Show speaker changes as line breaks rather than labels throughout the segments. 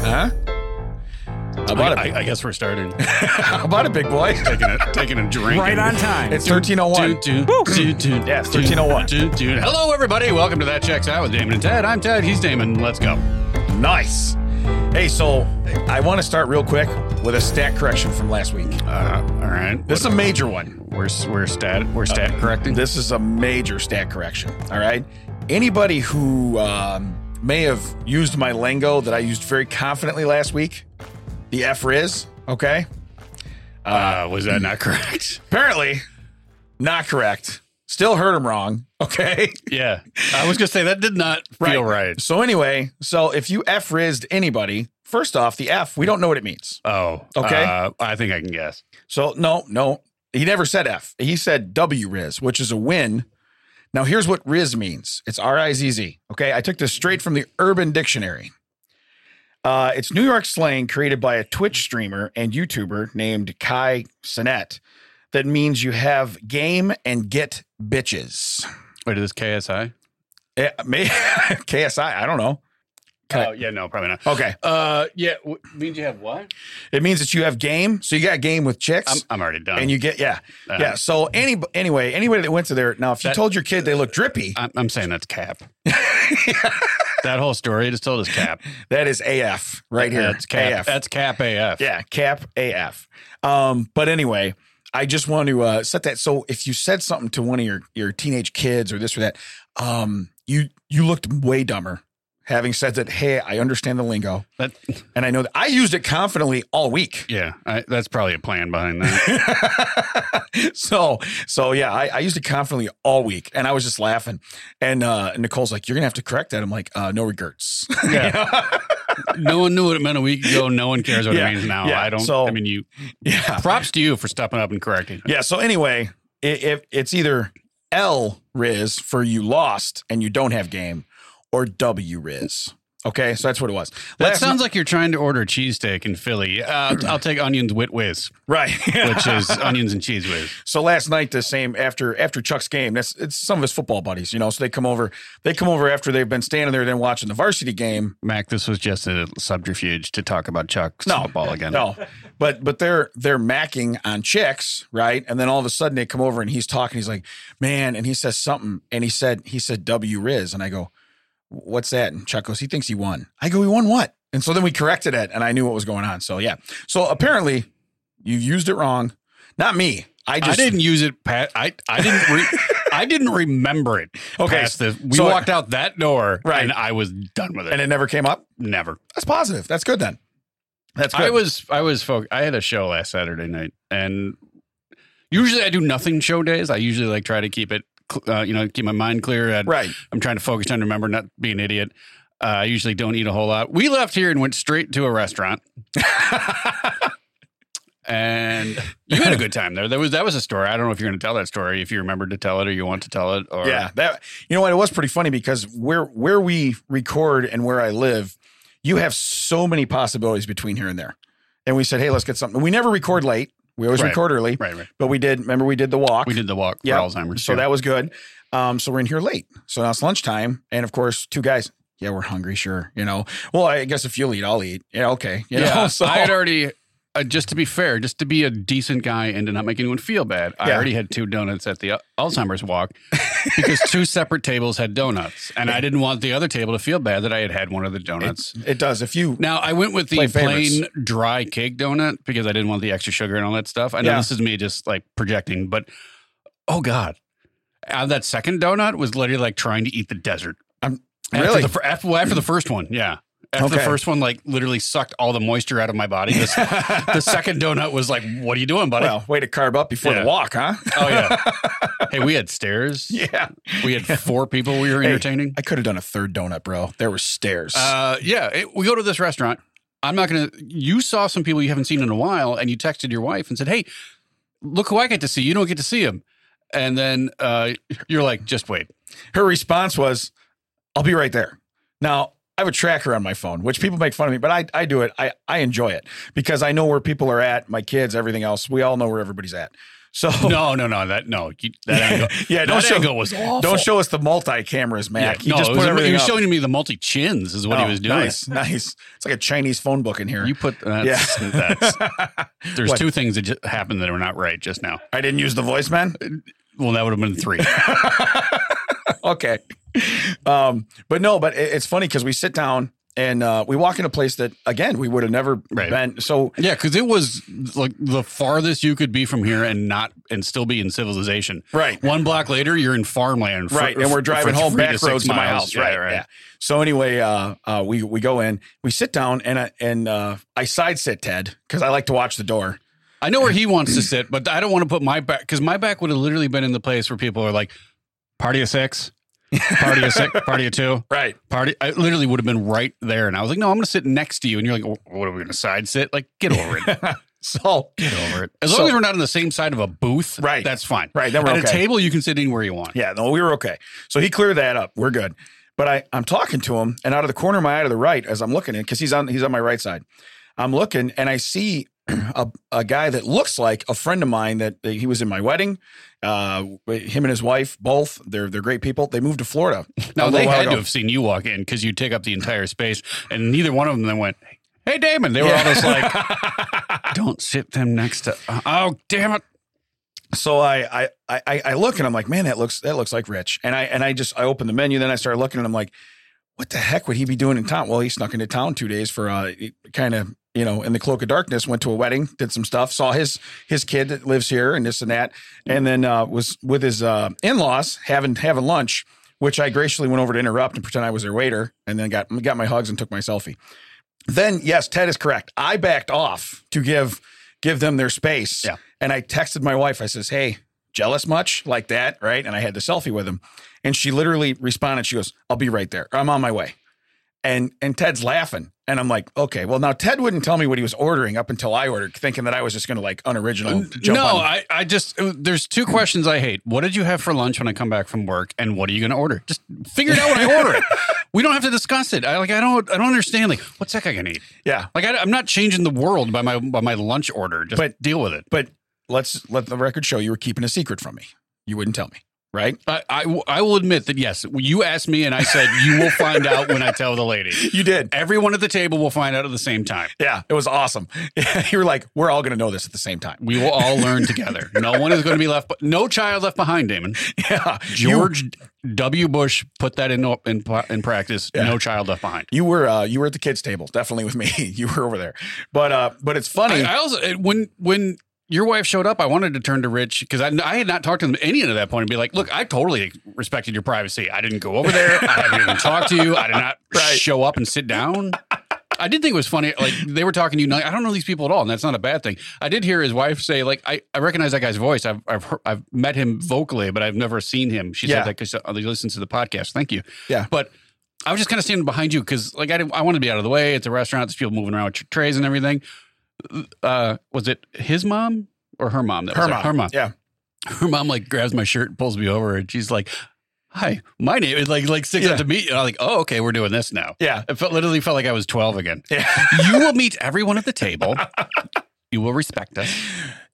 Huh? How
I,
about it?
I- I guess we're starting.
How about it, big boy?
taking a taking a drink.
Right on
and-
time.
It's 1301.
Dude, dude, dude, dude,
Yes,
dude,
1301.
Dude, dude. Hello, everybody. Welcome to That Checks Out with Damon and Ted. I'm Ted. He's Damon. Let's go.
Nice. Hey, so I want to start real quick with a stat correction from last week.
Uh, all right.
This is a major one.
we're s- we're stat we're Uh, stat correcting.
This is a major stat correction. All right. Anybody who um, may have used my lingo that I used very confidently last week, the F Riz, okay?
uh, was that not correct?
Apparently, not correct. Still heard him wrong, okay?
yeah, I was gonna say that did not feel right.
So, anyway, so if you F Rizzed anybody, first off, the F, we don't know what it means.
Oh,
Okay.
Uh, I think I can guess.
So no, no, he never said F. He said W Riz, which is a win. Now here's what Riz means. It's R I Z Z. Okay, I took this straight from the Urban Dictionary. Uh, it's New York slang created by a Twitch streamer and YouTuber named Kai Sinet that means you have game and get bitches.
Wait, is this KSI?
Eh, may- KSI, I don't know. Kai-
Oh, yeah, no, probably not.
Okay,
Uh, yeah, w- means you have what?
it means that you have game. So you got game with chicks.
I'm, I'm already done.
and you get yeah
Uh,
yeah. So any anyway, anybody that went to there now, if you
That- Uh,
told your kid they look drippy,
I'm, I'm saying that's cap. that whole story he just told is cap.
that is AF right here.
uh, That's cap.
AF.
That's cap AF.
yeah, cap AF. Um, but anyway, I just want to uh, set that. So if you said something to one of your your teenage kids or this or that, um, you you looked way dumber. Having said that, hey, I understand the lingo,
That,
and I know that I used it confidently all week.
yeah, I, that's probably a plan behind that.
so so yeah I, I used it confidently all week and i was just laughing and uh nicole's like you're gonna have to correct that i'm like uh no regrets
Yeah. no one knew what it meant a week ago. No one cares what
Yeah,
it means now.
yeah,
I don't.
so-
I mean, you.
yeah
Props to you for stepping up and correcting.
yeah so anyway it, it, it's either l riz for you lost and you don't have game or w riz okay so that's what it was
That sounds like you're trying to order a cheesesteak in Philly. Uh, I'll take onions with whiz,
right
which is onions and cheese whiz.
So last night, the same after after Chuck's game, that's it's some of his football buddies, you know. So they come over, they come over after they've been standing there, then watching the varsity game,
Mac, this was just a subterfuge to talk about Chuck's
No.
football again.
No, but but they're they're macking on chicks, right? And then all of a sudden they come over and he's talking. He's like, "Man," and he says something, and he said he said W Riz, and I go, "What's that?" And Chuck goes, "He thinks he won." I go, "He won what?" And so then we corrected it, and I knew what was going on. So yeah, so apparently you used it wrong, not me. I
I
just
didn't use it. Pat, I I didn't. Re- I didn't remember it.
Okay,
past this. we
so-
walked out that door,
Right.
and I was done with it.
and it never came up.
never.
That's positive. That's good then. That's good.
I was I was folk. I had a show last Saturday night, and usually I do nothing show days. I usually like try to keep it, cl- uh, you know, keep my mind clear. And
right.
I'm trying to focus, trying to remember, not be an idiot. Uh, I usually don't eat a whole lot. We left here and went straight to a restaurant, and you had a good time there. There was that was a story. I don't know if you're going to tell that story, if you remember to tell it, or you want to tell it, or
yeah, that you know what? It was pretty funny because where where we record and where I live, you have so many possibilities between here and there. And we said, hey, let's get something. We never record late. We always
Right.
record early,
right, right.
but we did. Remember, we did the walk.
We did the walk
Yeah.
for Alzheimer's.
so
yeah.
that was good. Um, so we're in here late. So now it's lunchtime, and of course, two guys. Yeah, we're hungry. Sure, you know. Well, I guess if you'll eat, I'll eat. Yeah, okay. You
yeah,
know? So
I had already. Uh, just to be fair, just to be a decent guy and to not make anyone feel bad, I
Yeah.
already had two donuts at the Alzheimer's walk because two separate tables had donuts, and I didn't want the other table to feel bad that I had had one of the donuts.
it does. If you
now I went with the
Play favorites.
plain dry cake donut because I didn't want the extra sugar and all that stuff. I know
Yeah.
this is me just like projecting, but oh god, Uh, that second donut was literally like trying to eat the desert.
I'm-
after
Um, really?
the, fir- after, well, after the first one, yeah. After the
Okay.
first one, like literally sucked all the moisture out of my body. This- the second donut was like, "What are you doing, buddy?"
well, uh, way to carb up before
Yeah.
the walk, huh?
oh yeah. Hey, we had stairs.
yeah,
We had four people we were
Hey,
entertaining.
I could have done a third donut, bro. There were stairs.
Uh, yeah, it- we go to this restaurant. I'm not gonna. You saw some people you haven't seen in a while, and you texted your wife and said, "Hey, look who I get to see. You don't get to see him." And then uh, you're like, "Just wait."
her response was, I'll be right there. Now, I have a tracker on my phone, which people make fun of me, but I, I do it. I, I enjoy it because I know where people are at, my kids, everything else. We all know where everybody's at. So
No, no, no. That no. you- That angle.
yeah,
that
don't show
angle was awful.
don't show us the multi cameras,
Yeah,
Mac. You
no,
just
it
put
was,
everything
he was
up.
showing me the multi chins is what
Oh,
he was doing.
Nice, nice. It's like a Chinese phone book in here.
You put that's,
Yeah.
that's there's
What?
two things that just happened that were not right just now.
I didn't use the voice, man.
Well, that would have been three.
okay. Um, but no, but it, it's funny because we sit down and uh, we walk in a place that again we would have never
Right.
been. So
yeah, because it was like the farthest you could be from here and not and still be in civilization.
right,
One block later, you're in farmland. for-
right, and
for
we're driving home
three
back
six
roads to my
miles.
house.
Yeah,
right, Yeah. So anyway, uh, uh, we we go in, we sit down, and I, and uh, I side sit Ted because I like to watch the door.
I know where he wants to sit, but I don't want to put my back because my back would have literally been in the place where people are like, party of six, party of six, party of two,
Right.
party. I literally would have been right there, and I was like, no, I'm going to sit next to you, and you're like, "Wh- what are we going to side sit? Like, get over it,
So
get over it. As
So-
long as we're not on the same side of a booth,
Right.
That's fine.
right, then we're
At
okay.
a table, you can sit anywhere you want.
Yeah, no, we were okay. So he cleared that up. We're good. But I, I'm talking to him, and out of the corner of my eye to the right, as I'm looking at, because he's on he's on my right side, I'm looking, and I see a, a guy that looks like a friend of mine that that he was in my wedding. Uh, him and his wife, both they're they're great people. They moved to Florida.
Now
a
they
little while
had
ago.
to have seen you walk in because you take up the entire space, and neither one of them then went, "Hey, Damon." They were
Yeah.
all just like, "Don't sit them next to." Oh, damn it!
So I, I I- I I look and I'm like, man, that looks that looks like Rich. And I and I just I opened the menu, then I started looking and I'm like, what the heck would he be doing in town? Well, he snuck into town two days for uh kind of you know in the cloak of darkness, went to a wedding, did some stuff, saw his his kid that lives here and this and that, and then uh, was with his uh, in laws having having lunch, which I graciously went over to interrupt and pretend I was their waiter, and then got got my hugs and took my selfie. Then yes, Ted is correct. I backed off to give give them their space.
Yeah.
And I texted my wife. I says, "Hey, jealous much like that, right?" And I had the selfie with him, and she literally responded. She goes, "I'll be right there. I'm on my way." And and Ted's laughing, and I'm like, "Okay, well now Ted wouldn't tell me what he was ordering up until I ordered, thinking that I was just going to like unoriginal jump
no,
on."
I, I just uh, there's two questions I hate. What did you have for lunch when I come back from work, and what are you going to order? Just figure it out when I order it. We don't have to discuss it. I like I don't I don't understand. Like what's that guy going to eat?
yeah,
Like I, am not changing the world by my by my lunch order. Just
But-
deal with it.
but let's let the record show you were keeping a secret from me. You wouldn't tell me, right?
I, I I will admit that yes, you asked me, and I said you will find out when I tell the lady.
You did.
Everyone at the table will find out at the same time.
Yeah, it was awesome. you were like, "We're all going to know this at the same time."
We will all learn together. No one is going to be left, no child left behind, Damon.
Yeah, You
George W. Bush put that in in, in practice.
Yeah.
No child left behind.
You were uh, you were at the kids table, definitely with me. you were over there, but uh, but it's funny.
I, I also it- when when your wife showed up, I wanted to turn to Rich because I, I had not talked to them any of that point and be like, look, I totally respected your privacy. I didn't go over there. I haven't even talked to you. I did not
Right.
show up and sit down. I did think it was funny. Like they were talking to you. and I don't know these people at all, and that's not a bad thing. I did hear his wife say, like, I, I recognize that guy's voice. I've I've, heard, I've met him vocally, but I've never seen him. She
Yeah.
said that because they listens to the podcast. Thank you.
Yeah.
But I was just kind of standing behind you because, like, I didn't, I wanted to be out of the way. It's a restaurant. There's people moving around with your trays and everything. Uh, was it his mom or her mom? That was
her
there?
mom.
Her mom.
Yeah.
Her mom like grabs my shirt, and pulls me over, and she's like, "Hi, my name." is like like sticks
Yeah.
up to me, and I'm like, "Oh, okay, we're doing this now."
Yeah.
It felt literally felt like I was 12 again.
Yeah.
you will meet everyone at the table. You will respect us.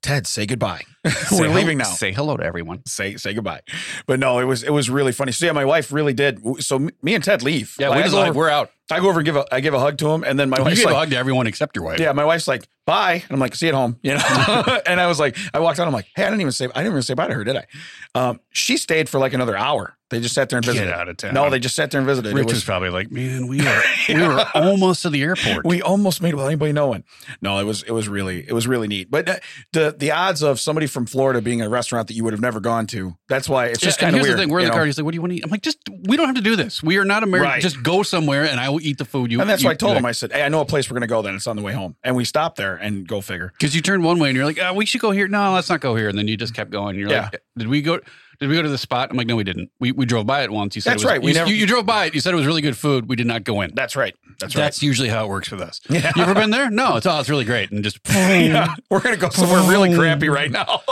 Ted, say goodbye.
Say
we're
hel-
leaving now.
Say hello to everyone.
Say say goodbye. But no, it was it was really funny. So yeah, my wife really did. So m- me and Ted leave.
Yeah,
Like,
we
I,
just
go
like
over,
we're out.
I go over and give a I give a hug to him, and then my
You
wife's
gave a
like,
hug to everyone except your wife.
yeah, my wife's like, bye. And I'm like, see you at home, you know? and I was like, I walked out. I'm like, hey, I didn't even say, I didn't even say bye to her, did I? Um, she stayed for like another hour. They just sat there and
Get
visited.
out of town.
No, they just sat there and visited. It
Rich
was-
was probably like, man, we were we were almost to the airport.
We almost made it without anybody knowing. No, it was it was really it was really neat. But uh, the the odds of somebody from Florida being at a restaurant that you would have never gone to. That's why it's just
Yeah, and
kind of
here's
weird.
the thing: we're in
you
the
know?
car. He's like, "What do you want to eat?" I'm like, "Just we don't have to do this. We are not American.
Right.
Just go somewhere, and I will eat the food you."
And that's
you,
why I told him. I said, "Hey, I know a place we're going to go. Then it's on the way home." And we stopped there and go figure.
because you turned one way, and you're like, oh, "We should go here." No, let's not go here. And then you just kept going. You're
Yeah.
like, "Did we go?" Did we go to the spot? I'm like, no, we didn't. We, we drove by it once. You said
That's
it was,
right. We
you,
never-
you, you drove by it. You said it was really good food. We did not go in.
That's right. That's,
That's usually how it works with us.
Yeah.
You ever been there? No, it's all it's really great. And just
right. Yeah, we're going to go somewhere really crappy right now.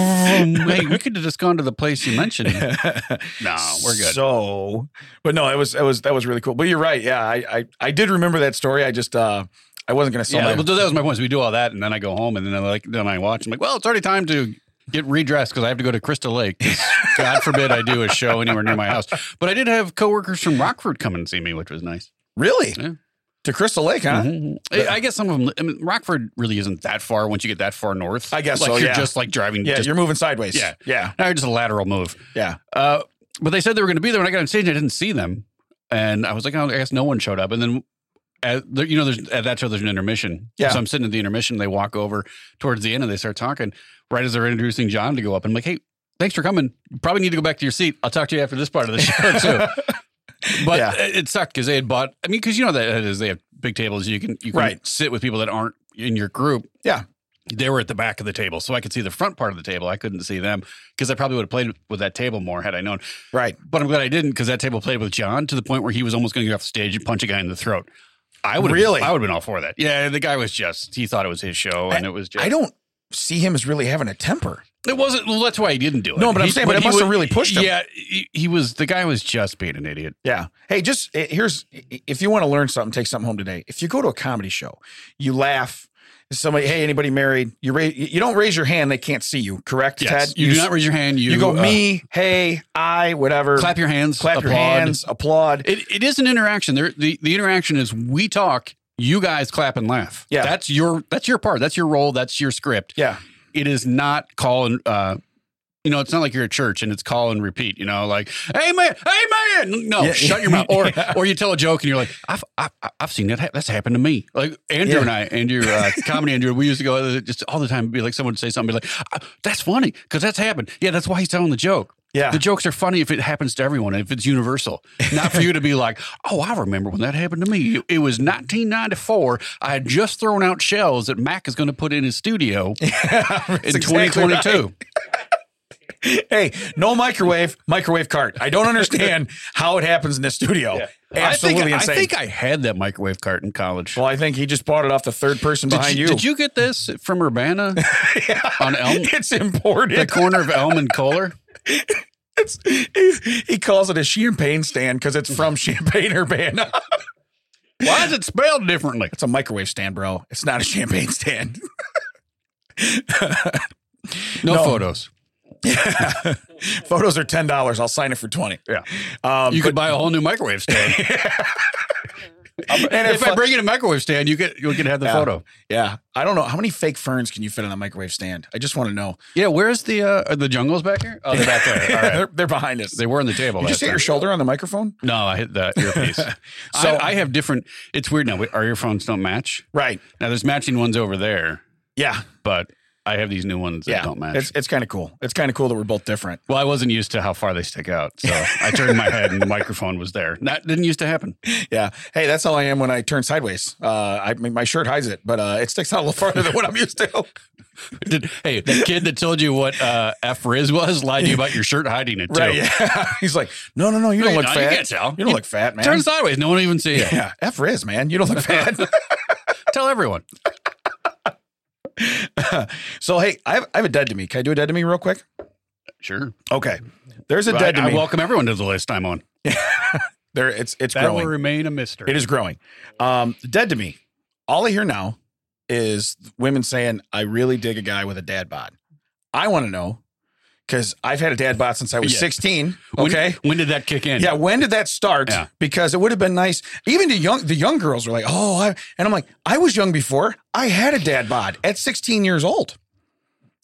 hey, we could have just gone to the place you mentioned. no, Oh, we're good.
So, but no, it was it was that was really cool. But you're right. Yeah, I I, I did remember that story. I just uh I wasn't going to sell
yeah,
my
well, that was my point. So we do all that, and then I go home, and then I like then I watch. I'm like, well, it's already time to get redressed because I have to go to Crystal Lake. 'cause God forbid I do a show anywhere near my house. But I did have coworkers from Rockford come and see me, which was nice.
Really?
Yeah.
To Crystal Lake, huh?
Mhm. I, I guess some of them. I mean, Rockford really isn't that far once you get that far north.
I guess
like
so,
you're
yeah.
just like driving.
Yeah,
Mm-hmm. just,
you're moving sideways.
Yeah.
Yeah.
no, just a lateral move.
Yeah.
Uh, but they said they were going to be there when I got on stage. I didn't see them, and I was like, oh, I guess no one showed up. And then, at, there- you know, there's at that show there's an intermission.
Yeah.
So I'm sitting at the intermission. They walk over towards the end, and they start talking. Right as they're introducing John to go up, and I'm like, hey, thanks for coming. You Probably need to go back to your seat. I'll talk to you after this part of the show too. But
Yeah.
it it sucked because they had bought. I mean, because you know that is they have big tables. You can you can
Right.
sit with people that aren't in your group.
Yeah.
They were at the back of the table, so I could see the front part of the table. I couldn't see them because I probably would have played with that table more had I known.
Right.
But I'm glad I didn't because that table played with John to the point where he was almost going to get off the stage and punch a guy in the throat. I would
Really?
I would have been all for that. Yeah, the guy was just he thought it was his show and it was just
I don't see him as really having a temper.
it wasn't. Well, that's why he didn't do it.
No, but I'm
He-
saying, but it
he
must have
would-
really pushed him.
Yeah, he, he was the guy was just being an idiot.
Yeah. Hey, just eh, here's if you want to learn something, take something home today. If you go to a comedy show, you laugh. Somebody, hey, anybody married? You raise, you don't raise your hand; they can't see you. Correct,
Yes,
Ted?
you, do not raise your hand. You,
You go
uh,
me, hey, I, whatever.
clap your hands.
clap your
applaud.
hands, applaud.
It, it is an interaction. There, the, the interaction is we talk, you guys clap and laugh.
Yeah.
that's your that's your part. That's your role. That's your script.
Yeah,
It is not call and uh, you know, it's not like you're at church and it's call and repeat. You know, like hey man, hey man, no,
Yeah.
shut your mouth. Or
Yeah.
or you tell a joke and you're like, I've I've, I've seen that. hap- That's happened to me. Like Andrew
Yeah.
and I, Andrew uh, comedy Andrew, we used to go uh, just all the time. It'd Be like someone would say something, be like, "Ah, that's funny because that's happened. Yeah, that's why he's telling the joke.
yeah.
The jokes are funny if it happens to everyone, if it's universal. Not for you to be like, oh, I remember when that happened to me. It was 1994. I had just thrown out shells that Mac is going to put in his studio in
That's exactly
2022.
right. Hey, no microwave, microwave cart. I don't understand how it happens in the studio. Absolutely
I think,
insane.
I think I had that microwave cart in college.
well, I think he just bought it off the third person
Did
behind
you,
you.
did you get this from Urbana on Elm,
It's
the
imported.
corner of Elm and Kohler?
It's, he, he calls it a champagne stand because it's from Champagne Urbana.
Why is it spelled differently?
It's a microwave stand, bro. It's not a champagne stand.
No,
No.
photos.
Photos are ten dollars. I'll sign it for twenty.
Yeah.
Um,
You could buy a whole new microwave stand.
and
if I bring in a microwave stand, you could you could have the
Yeah.
photo.
yeah, I don't know how many fake ferns can you fit on a microwave stand. I just want to know.
Yeah, where's the uh, are the jungles back here? Oh, they're back there. All right.
they're, they're behind us.
They were on the table.
you
last
just hit your
time.
shoulder on the microphone.
no, I hit the earpiece.
So-
so I, I have different. It's weird now. Our earphones don't match.
Right.
Now there's matching ones over there,
Yeah.
but I have these new ones that
Yeah.
don't match.
It's it's kind of cool. It's kind of cool that we're both different.
well, I wasn't used to how far they stick out, so I turned my head and the microphone was there. That didn't used to happen.
Yeah. Hey, that's how I am when I turn sideways. Uh, I mean, my shirt hides it, but uh, it sticks out a little farther than what I'm used to.
Did, hey, the kid that told you what uh, F Riz was lied to you about your shirt hiding it too.
Right. Yeah. He's like, no, no, no. You don't
No, you
look
don't. You
fat.
can't tell.
You don't look fat, man.
Turn sideways. No one will even see you.
yeah. F Riz, man. You don't look fat.
Tell everyone.
so, hey, I have, I have a dead to me. Can I do a dead to me real quick?
Sure.
Okay. There's a
I,
dead to
I
me.
welcome everyone to the list I'm on.
there, it's it's
That will
growing.
remain a mystery.
It is growing. Um, dead to me. All I hear now is women saying, I really dig a guy with a dad bod. I want to know because I've had a dad bod since I was
Yeah.
16.
When-
Okay.
When, did that kick in?
Yeah, when did that start?
Yeah.
Because it would have been nice. Even the young the young girls were like, "Oh," I, and I'm like, "I was young before. I had a dad bod at 16 years old.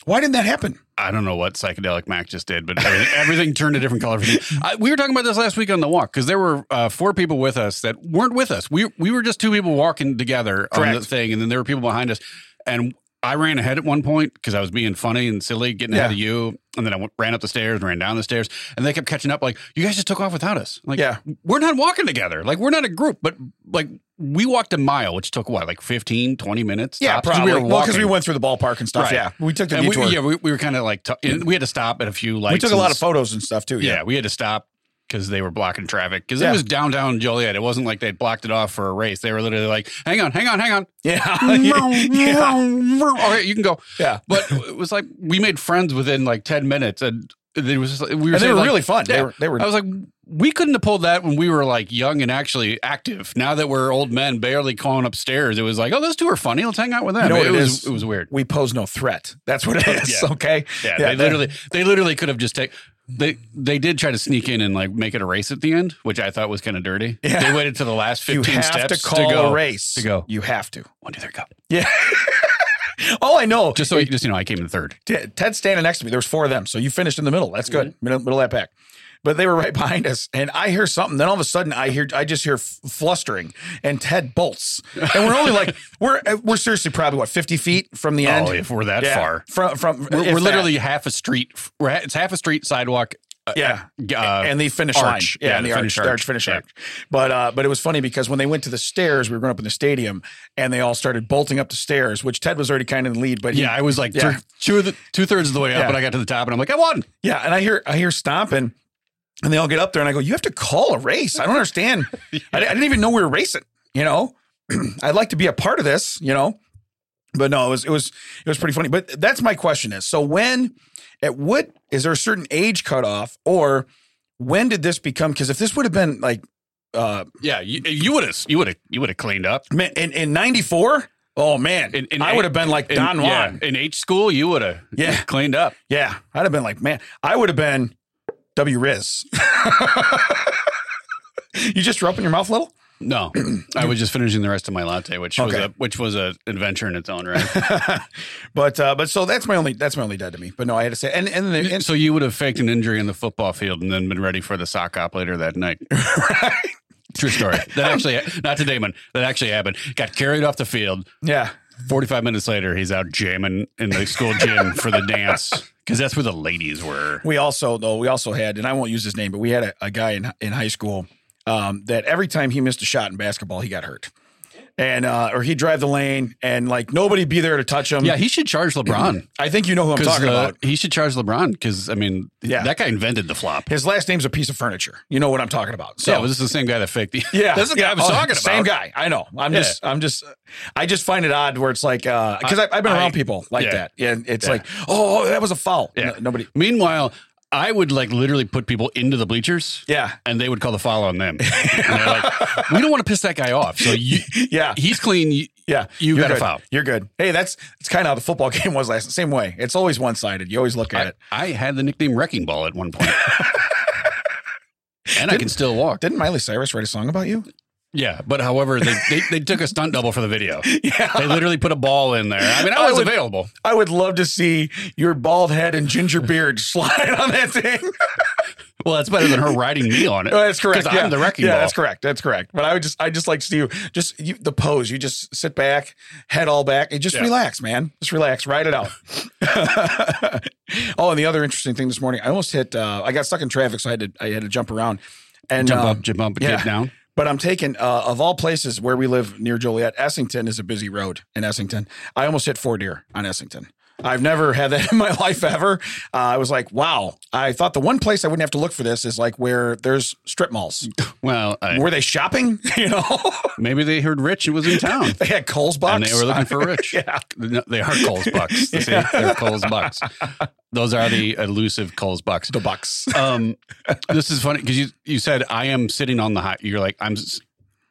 Why didn't that happen?"
I don't know what psychedelic Mac just did, but everything, everything turned a different color. For me. I, we were talking about this last week on the walk because there were uh, four people with us that weren't with us. We we were just two people walking together on
Correct.
the thing, and then there were people behind us. And I ran ahead at one point because I was being funny and silly, getting ahead
Yeah.
of you. And then I went, ran up the stairs, and ran down the stairs, and they kept catching up. Like you guys just took off without us. Like
Yeah.
we're not walking together. Like we're not a group, but like. We walked a mile, which took what, like 15, 20 minutes? tops? 'Cause
probably.
We were
well, because
walking.
we went through the ballpark and stuff.
Right.
Yeah, we took the
And
detour.
we,
We,
yeah, we, we were kind of like, t- we had to stop at a few lights.
took a
and
lot of
s-
photos and stuff too.
Yeah. we had to stop because they were blocking traffic because
Yeah.
it was downtown Joliet. It wasn't like they blocked it off for a race. They were literally like, hang on, hang on, hang on.
yeah,
All
yeah. yeah.
right, you can go.
yeah.
But it was like, we made friends within like 10 minutes and it was just, like- we were,
And they
saying,
were
like,
really fun. They
yeah.
were. They were.
I was like, we couldn't have pulled that when we were like young and actually active. Now that we're old men, barely crawling upstairs, it was like, oh, those two are funny. Let's hang out with them.
You know what it
was
is?
it was weird.
We pose no threat. That's what it is.
Yeah.
Okay.
Yeah,
Yeah,
they
that-
literally they literally could have just taken. They they did try to sneak in and like make it a race at the end, which I thought was kind of dirty.
Yeah.
They waited to the last
You
fifteen
have
steps
to call
go
a race.
to go.
You have to.
One, two, three, go.
Yeah. All I know,
Just so you, just you know, I came in third.
Ted, Ted's standing next to me. There was four of them, so you finished in the middle. That's good,
Mm-hmm.
middle, middle of that pack. But they were right behind us, and I hear something. Then all of a sudden, I hear I just hear f- flustering, and Ted bolts. And we're only like we're uh, we're seriously probably what fifty feet from the end.
oh, if we're that
Yeah.
far,
from from
we're,
if
we're
that.
literally half a street. We're ha- it's half a street sidewalk.
yeah.
Uh,
and the finish
arch.
line, yeah,
Yeah,
and
the
the, arch,
finish
the arch
arch.
finish
Yeah.
arch. But uh, but it was funny because when they went to the stairs, we were going up in the stadium, and they all started bolting up the stairs, which Ted was already kind of in the lead, but he
yeah, I was like
Yeah.
two two of the two thirds of the way up,
Yeah.
but I got to the top and I'm like, I won.
Yeah, and I hear I hear stomping, and they all get up there, and I go, "You have to call a race. I don't understand. I, di- I didn't even know we were racing. You know, I'd like to be a part of this. You know, but no, it was it was it was pretty funny. But that's my question is: so when at what is there a certain age cutoff, or when did this become? Because if this would have been like uh,
Yeah, you would have you would have you would have cleaned up.
man, in in '94, oh man,
In- in
I
eight-
would have been like
In-
Don
yeah,
Juan.
in H school, you would have
Yeah.
cleaned up.
Yeah, I'd have been like, man, I would have been W Riz. you just were up in your mouth little?
No, I was just finishing the rest of my latte, which was
Okay.
a which was a adventure in its own right.
But uh, but so that's my only that's my only dead to me. But no, I had to say and and, the, and
so you would have faked an injury in the football field and then been ready for the sock op later that night. True story. That actually not to Damon. That actually happened. Got carried off the field.
yeah.
Forty five minutes later, he's out jamming in the school gym for the dance because that's where the ladies were.
We also though we also had and I won't use his name, but we had a, a guy in in high school um, that every time he missed a shot in basketball, he got hurt. And uh, or he'd drive the lane and like nobody be there to touch him.
Yeah, he should charge LeBron.
I think you know who I'm
'Cause,
talking
uh,
about.
he should charge LeBron because I mean,
Yeah.
that guy invented the flop.
His last name's a piece of furniture. You know what I'm talking about. So
yeah, this is the same guy that faked the.
Yeah,
this is the
yeah.
guy I was
Oh,
talking about.
Same guy. I know. I'm
Yeah.
just, I'm just, I just find it odd where it's like, because I, I've been
I-
around people like
yeah.
that, and it's
Yeah.
like, oh, that was a foul.
Yeah.
No- nobody.
Meanwhile, I would like literally put people into the bleachers
Yeah,
and they would call the foul on them. And they're like, we don't want to piss that guy off. So you,
yeah,
he's clean. You,
yeah.
you
You're
got a
good.
foul.
You're good. Hey, that's it's kind of how the football game was last. Same way. It's always one sided. You always look at
I,
it.
I had the nickname Wrecking Ball at one point. and I can still walk.
Didn't Miley Cyrus write a song about you?
yeah. But however, they, they, they took a stunt double for the video.
Yeah,
They literally put a ball in there. I mean, I
I
was
would-
available.
I would love to see your bald head and ginger beard slide on that thing.
Well, that's better than her riding me on it.
Oh, that's correct.
'Cause I'm the wrecking
yeah,
ball.
that's correct. That's correct. But I would just, I just like to see you just you, the pose. You just sit back, head all back, and just
Yeah.
relax, man. Just relax, ride it out. oh, and the other interesting thing this morning, I almost hit. Uh, I got stuck in traffic, so I had to, I had to jump around. And
Jump
um,
up, jump up,
yeah.
get down.
but I'm taking uh, of all places where we live near Joliet, Essington is a busy road in Essington. I almost hit four deer on Essington. I've never had that in my life ever. Uh, I was like, wow. I thought the one place I wouldn't have to look for this is like where there's strip malls.
Well, I,
Were they shopping? You know,
maybe they heard Rich was in town.
they had Coles box.
And they were looking for Rich.
yeah.
No, they are Coles Bucks. See, They're Coles Bucks. Those are the elusive Coles Bucks.
The bucks.
Um, this is funny because you, you said I am sitting on the high. You're like I'm. s-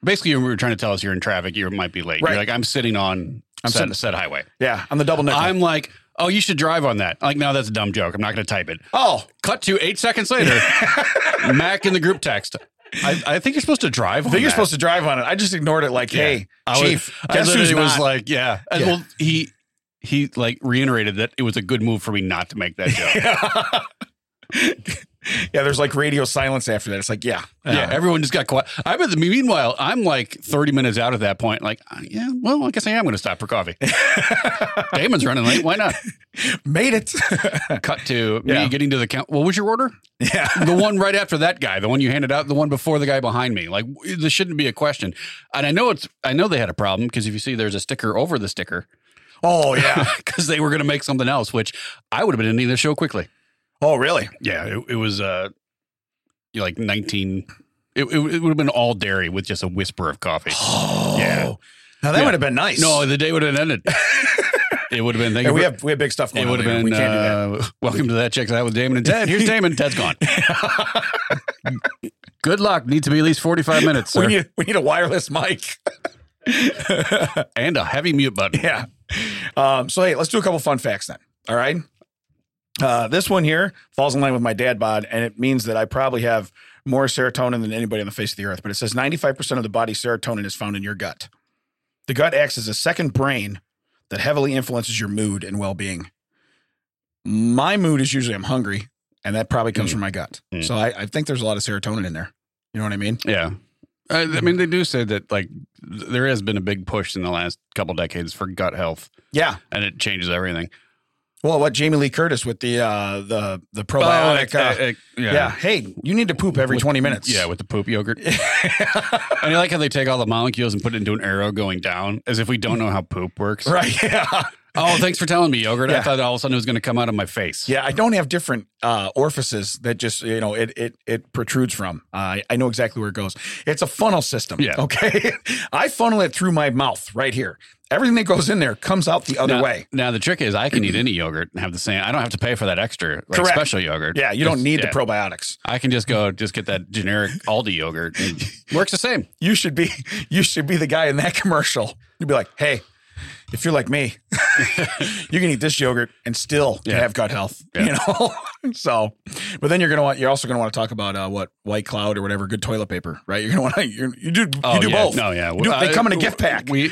Basically, you were trying to tell us you're in traffic. You might be late.
Right.
You're like I'm sitting on
I'm
set,
sitting-
set highway.
Yeah, on the double nickel.
I'm like, oh, you should drive on that. Like, no, that's a dumb joke. I'm not going to type it.
oh,
Cut to eight seconds later. Mac in the group text. I, I think you're supposed to drive.
I think you're supposed to drive on it. I just ignored it. Like,
Yeah.
hey,
I was-
chief,
I
guess
literally
who's
was
not?
like, yeah. And,
Yeah.
Well, he he like reiterated that it was a good move for me not to make that joke.
yeah. there's like radio silence after that. It's like, yeah,
yeah, everyone just got quiet. I bet. the meanwhile, I'm like 30 minutes out at that point. Like, uh, yeah, well, I guess I am going to stop for coffee. Damon's running late. Why not?
made it.
Cut to
Yeah.
me getting to the count. What was your order?
yeah,
The one right after that guy, the one you handed out, the one before the guy behind me. Like, w- this shouldn't be a question. And I know it's. I know they had a problem because if you see, there's a sticker over the sticker
Oh yeah.
because they were going to make something else, which I would have been ending the show quickly.
Oh really?
Yeah, it, it was uh, you know, like nineteen. It, it, it would have been all dairy with just a whisper of coffee.
Oh
Yeah.
Now that
Yeah.
would have been nice.
No, the day would have ended. it would have been. Thank
Hey,
you.
we
for-
have we have big stuff. Going on
it would have
later. We
been.
can't do that.
Uh, welcome to that checks out with Damon and Ted. Here's Damon. Ted's gone. Good luck. Need to be at least 45 minutes,
We
sir.
need, we need a wireless mic.
and a heavy mute button.
Yeah. Um, so hey, let's do a couple fun facts then. All right. Uh, this one here falls in line with my dad bod, and it means that I probably have more serotonin than anybody on the face of the earth. But it says 95% of the body's serotonin is found in your gut. The gut acts as a second brain that heavily influences your mood and well being. My mood is usually I'm hungry, and that probably comes
Mm.
from my gut.
Mm.
So I, I think there's a lot of serotonin in there. You know what I mean?
Yeah. I, I mean, they do say that like th- there has been a big push in the last couple decades for gut health,
Yeah.
and it changes everything.
Well, what Jamie Lee Curtis with the uh, the
Oh,
the probiotic. uh,
uh, yeah.
Yeah. Hey, you need to poop every
With-
20 minutes.
Yeah, with the poop yogurt. and I like how they take all the molecules and put it into an arrow going down, as if we don't know how poop works.
right. Yeah.
Oh, thanks for telling me yogurt. I
Yeah.
thought all of a sudden it was going to come out of my face.
Yeah. I don't have different uh, orifices that just, you know, it it it protrudes from. Uh, I, I know exactly where it goes. It's a funnel system.
Yeah.
Okay. I funnel it through my mouth right here. Everything that goes in there comes out the other
now,
way.
Now the trick is I can eat any yogurt and have the same. I don't have to pay for that extra like,
Correct.
special yogurt.
Yeah. You don't
Just-
need
yeah.
the probiotics.
I can just go just get that generic Aldi yogurt. and works the same.
You should be you should be the guy in that commercial. You'd be like, hey, if you're like me, you can eat this yogurt and still
Yeah.
have gut health. You know, so. But then you're gonna want you're also gonna want to talk about uh, what White Cloud or whatever good toilet paper, right? You're gonna want to you you do you do
Oh, yeah.
both.
No, yeah.
You do- they
Uh,
come in a gift pack.
We.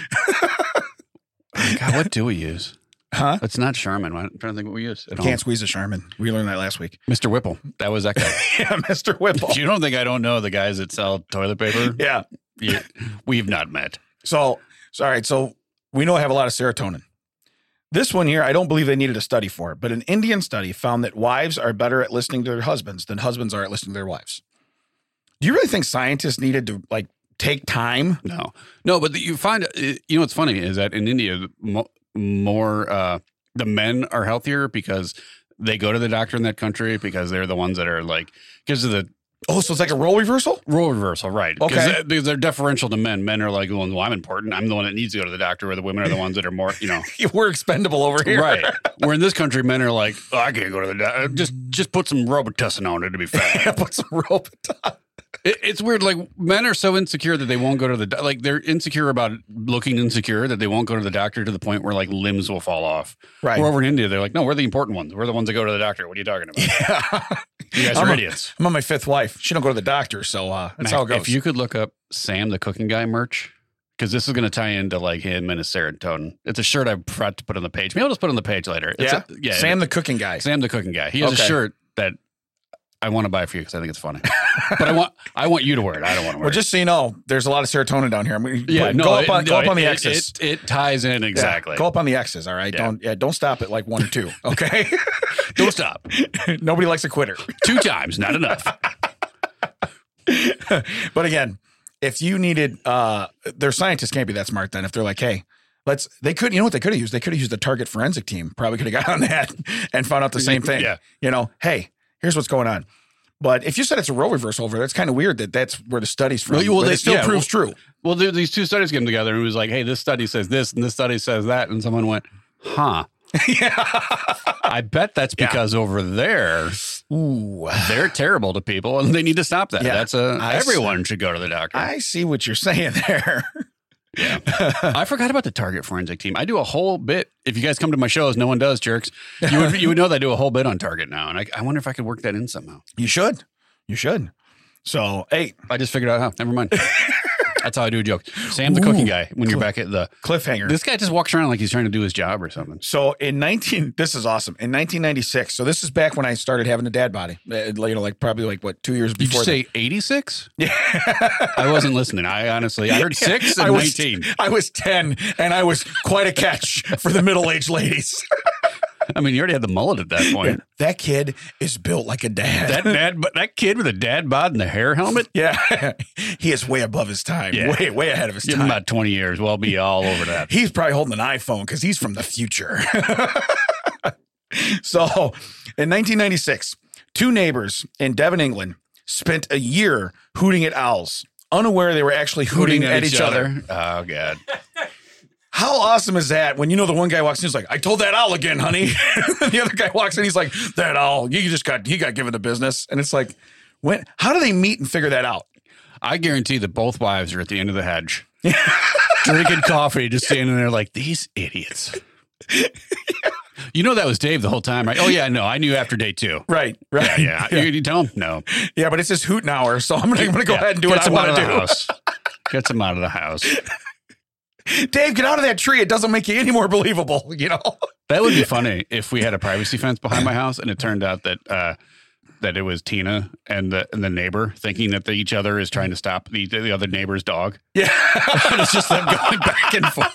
Oh, God, what do we use?
Huh?
It's not Charmin. I'm trying to think what we use. At home.
Can't squeeze a Charmin. We learned that last week.
Mr. Whipple. That was that guy.
yeah, Mr. Whipple.
you don't think I don't know the guys that sell toilet paper?
yeah.
Yeah. We've not met.
So, so all right. So we know I have a lot of serotonin. This one here, I don't believe they needed a study for it, but an Indian study found that wives are better at listening to their husbands than husbands are at listening to their wives. Do you really think scientists needed to like take time?
No, no, but you find uh, you know what's funny is that in India, mo- more uh, the men are healthier because they go to the doctor in that country because they're the ones that are like because of the
Oh, so it's like a role reversal?
role reversal, right? 'Cause
Okay.
they- because they're deferential to men. Men are like, well, no, I'm important. I'm the one that needs to go to the doctor, where the women are the ones that are more, you know,
We're expendable over here.
right. Where in this country, men are like, oh, I can't go to the doctor. Just just put some Robitussin on it to be fat.
Put some rope.
It, it's weird. Like men are so insecure that they won't go to the do- like they're insecure about looking insecure that they won't go to the doctor to the point where like limbs will fall off.
Right.
We're over in India. They're like, no, we're the important ones. We're the ones that go to the doctor. What are you talking about? You guys
I'm
are
a-
idiots.
I'm on my fifth wife. She don't go to the doctor, so uh, that's
Mac,
how it goes.
If you could look up Sam the cooking guy merch, because this is going to tie into like him and his serotonin. It's a shirt I forgot to put on the page. Maybe I'll just put it on the page later. It's
yeah,
a- yeah.
Sam the cooking guy.
Sam the cooking guy. He has
Okay.
a shirt that I want to buy for you because I think it's funny. but I want I want you to wear it. I don't want to wear
Well,
it.
just so you know, there's a lot of serotonin down here. I'm mean,
Yeah, no,
go up on,
it,
go
no,
up on the
it-
axis.
It, it, ties in
Yeah,
exactly.
go up on the X's, all right?
Yeah.
Don't yeah, don't stop at like one or two. Okay.
Don't stop.
Nobody likes a quitter.
Two times, not enough.
But again, if you needed uh their scientists can't be that smart then if they're like, hey, let's they could you know what they could have used? They could have used the target forensic team. Probably could have got on that and found out the same thing.
Yeah.
You know, hey, here's what's going on. But if you said it's a role reversal over there, it's kind of weird that that's where the studies from.
Well, you- well,
but
they-
it still
yeah,
proves true.
Well, th- these two studies came together and it was like, hey, this study says this and this study says that. And someone went, huh. I bet that's
Yeah.
because over there
Ooh,
they're terrible to people and they need to stop that.
Yeah.
That's a
I s-
everyone should go to the doctor. I,
I see what you're saying there.
forgot about the target forensic team. I do a whole bit. If you guys come to my shows, no one does, jerks. You would you would know that I do a whole bit on target now, and I, I wonder if I could work that in somehow.
You should. You should. So, hey,
I just figured out how. Never mind. That's how I do a joke. Sam the cooking
Ooh.
guy. When you're back at the,
cliffhanger.
this guy just walks around like he's trying to do his job or something.
So in 19, this is awesome. In 1996, so this is back when I started having a dad body, Uh, you know, like probably like what, two years
Did you
before.
say 86? Yeah. I wasn't listening. I honestly, I heard six
that.
and
I was,
19.
I was 10 and I was quite a catch for the middle aged ladies.
I mean, you already had the mullet at that point.
That kid is built like a dad.
That dad, but that kid with the dad bod and the hair helmet,
yeah. he is way above his time,
Yeah.
way, way ahead of his
give him
time.
about 20 years. We'll be all over that.
he's probably holding an iPhone because he's from the future. so in 1996, two neighbors in Devon, England, spent a year hooting at owls, unaware they were actually hooting, at, each, other.
Oh, God.
How awesome is that when you know the one guy walks in, he's like, I told that owl again, honey. the other guy walks in, he's like, That owl, you just got, you got given the business. And it's like, When? How do they meet and figure that out?
I guarantee that both wives are at the end of the hedge, drinking coffee, just standing there like these idiots. You know that was Dave the whole time, right? Oh yeah, no, I knew after day two.
Right. Right.
Yeah,
Yeah.
You, you tell him no.
Yeah, but it's just hootin' hour, so I'm gonna, I'm gonna go
Yeah.
ahead and do what
Gets
I
him out
want
of
to
the
do.
house. Gets him out of the house.
Dave, get out of that tree. It doesn't make you any more believable, you know?
That would be funny if we had a privacy fence behind my house, and it turned out that uh, that it was Tina and the and the neighbor thinking that the, each other is trying to stop the the other neighbor's dog.
Yeah.
And it's just them going back and forth.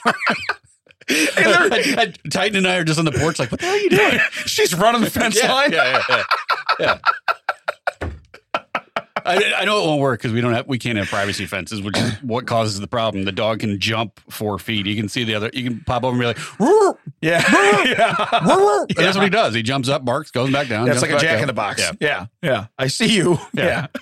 And they're-
And- and Titan and I are just on the porch, like, what the hell are you doing?
she's running the fence line.
yeah, yeah, yeah. Yeah. I, I know it won't work because we don't have we can't have privacy fences, which is what causes the problem. The dog can jump four feet. You can see the other. You can pop over and be like, "Roar,
Yeah. yeah.
roar, roar." And that's what he does. He jumps up, barks, goes back down.
That's like
jumps
a
back
jack
up.
in the box.
Yeah.
Yeah. yeah. I see you.
Yeah.
Yeah.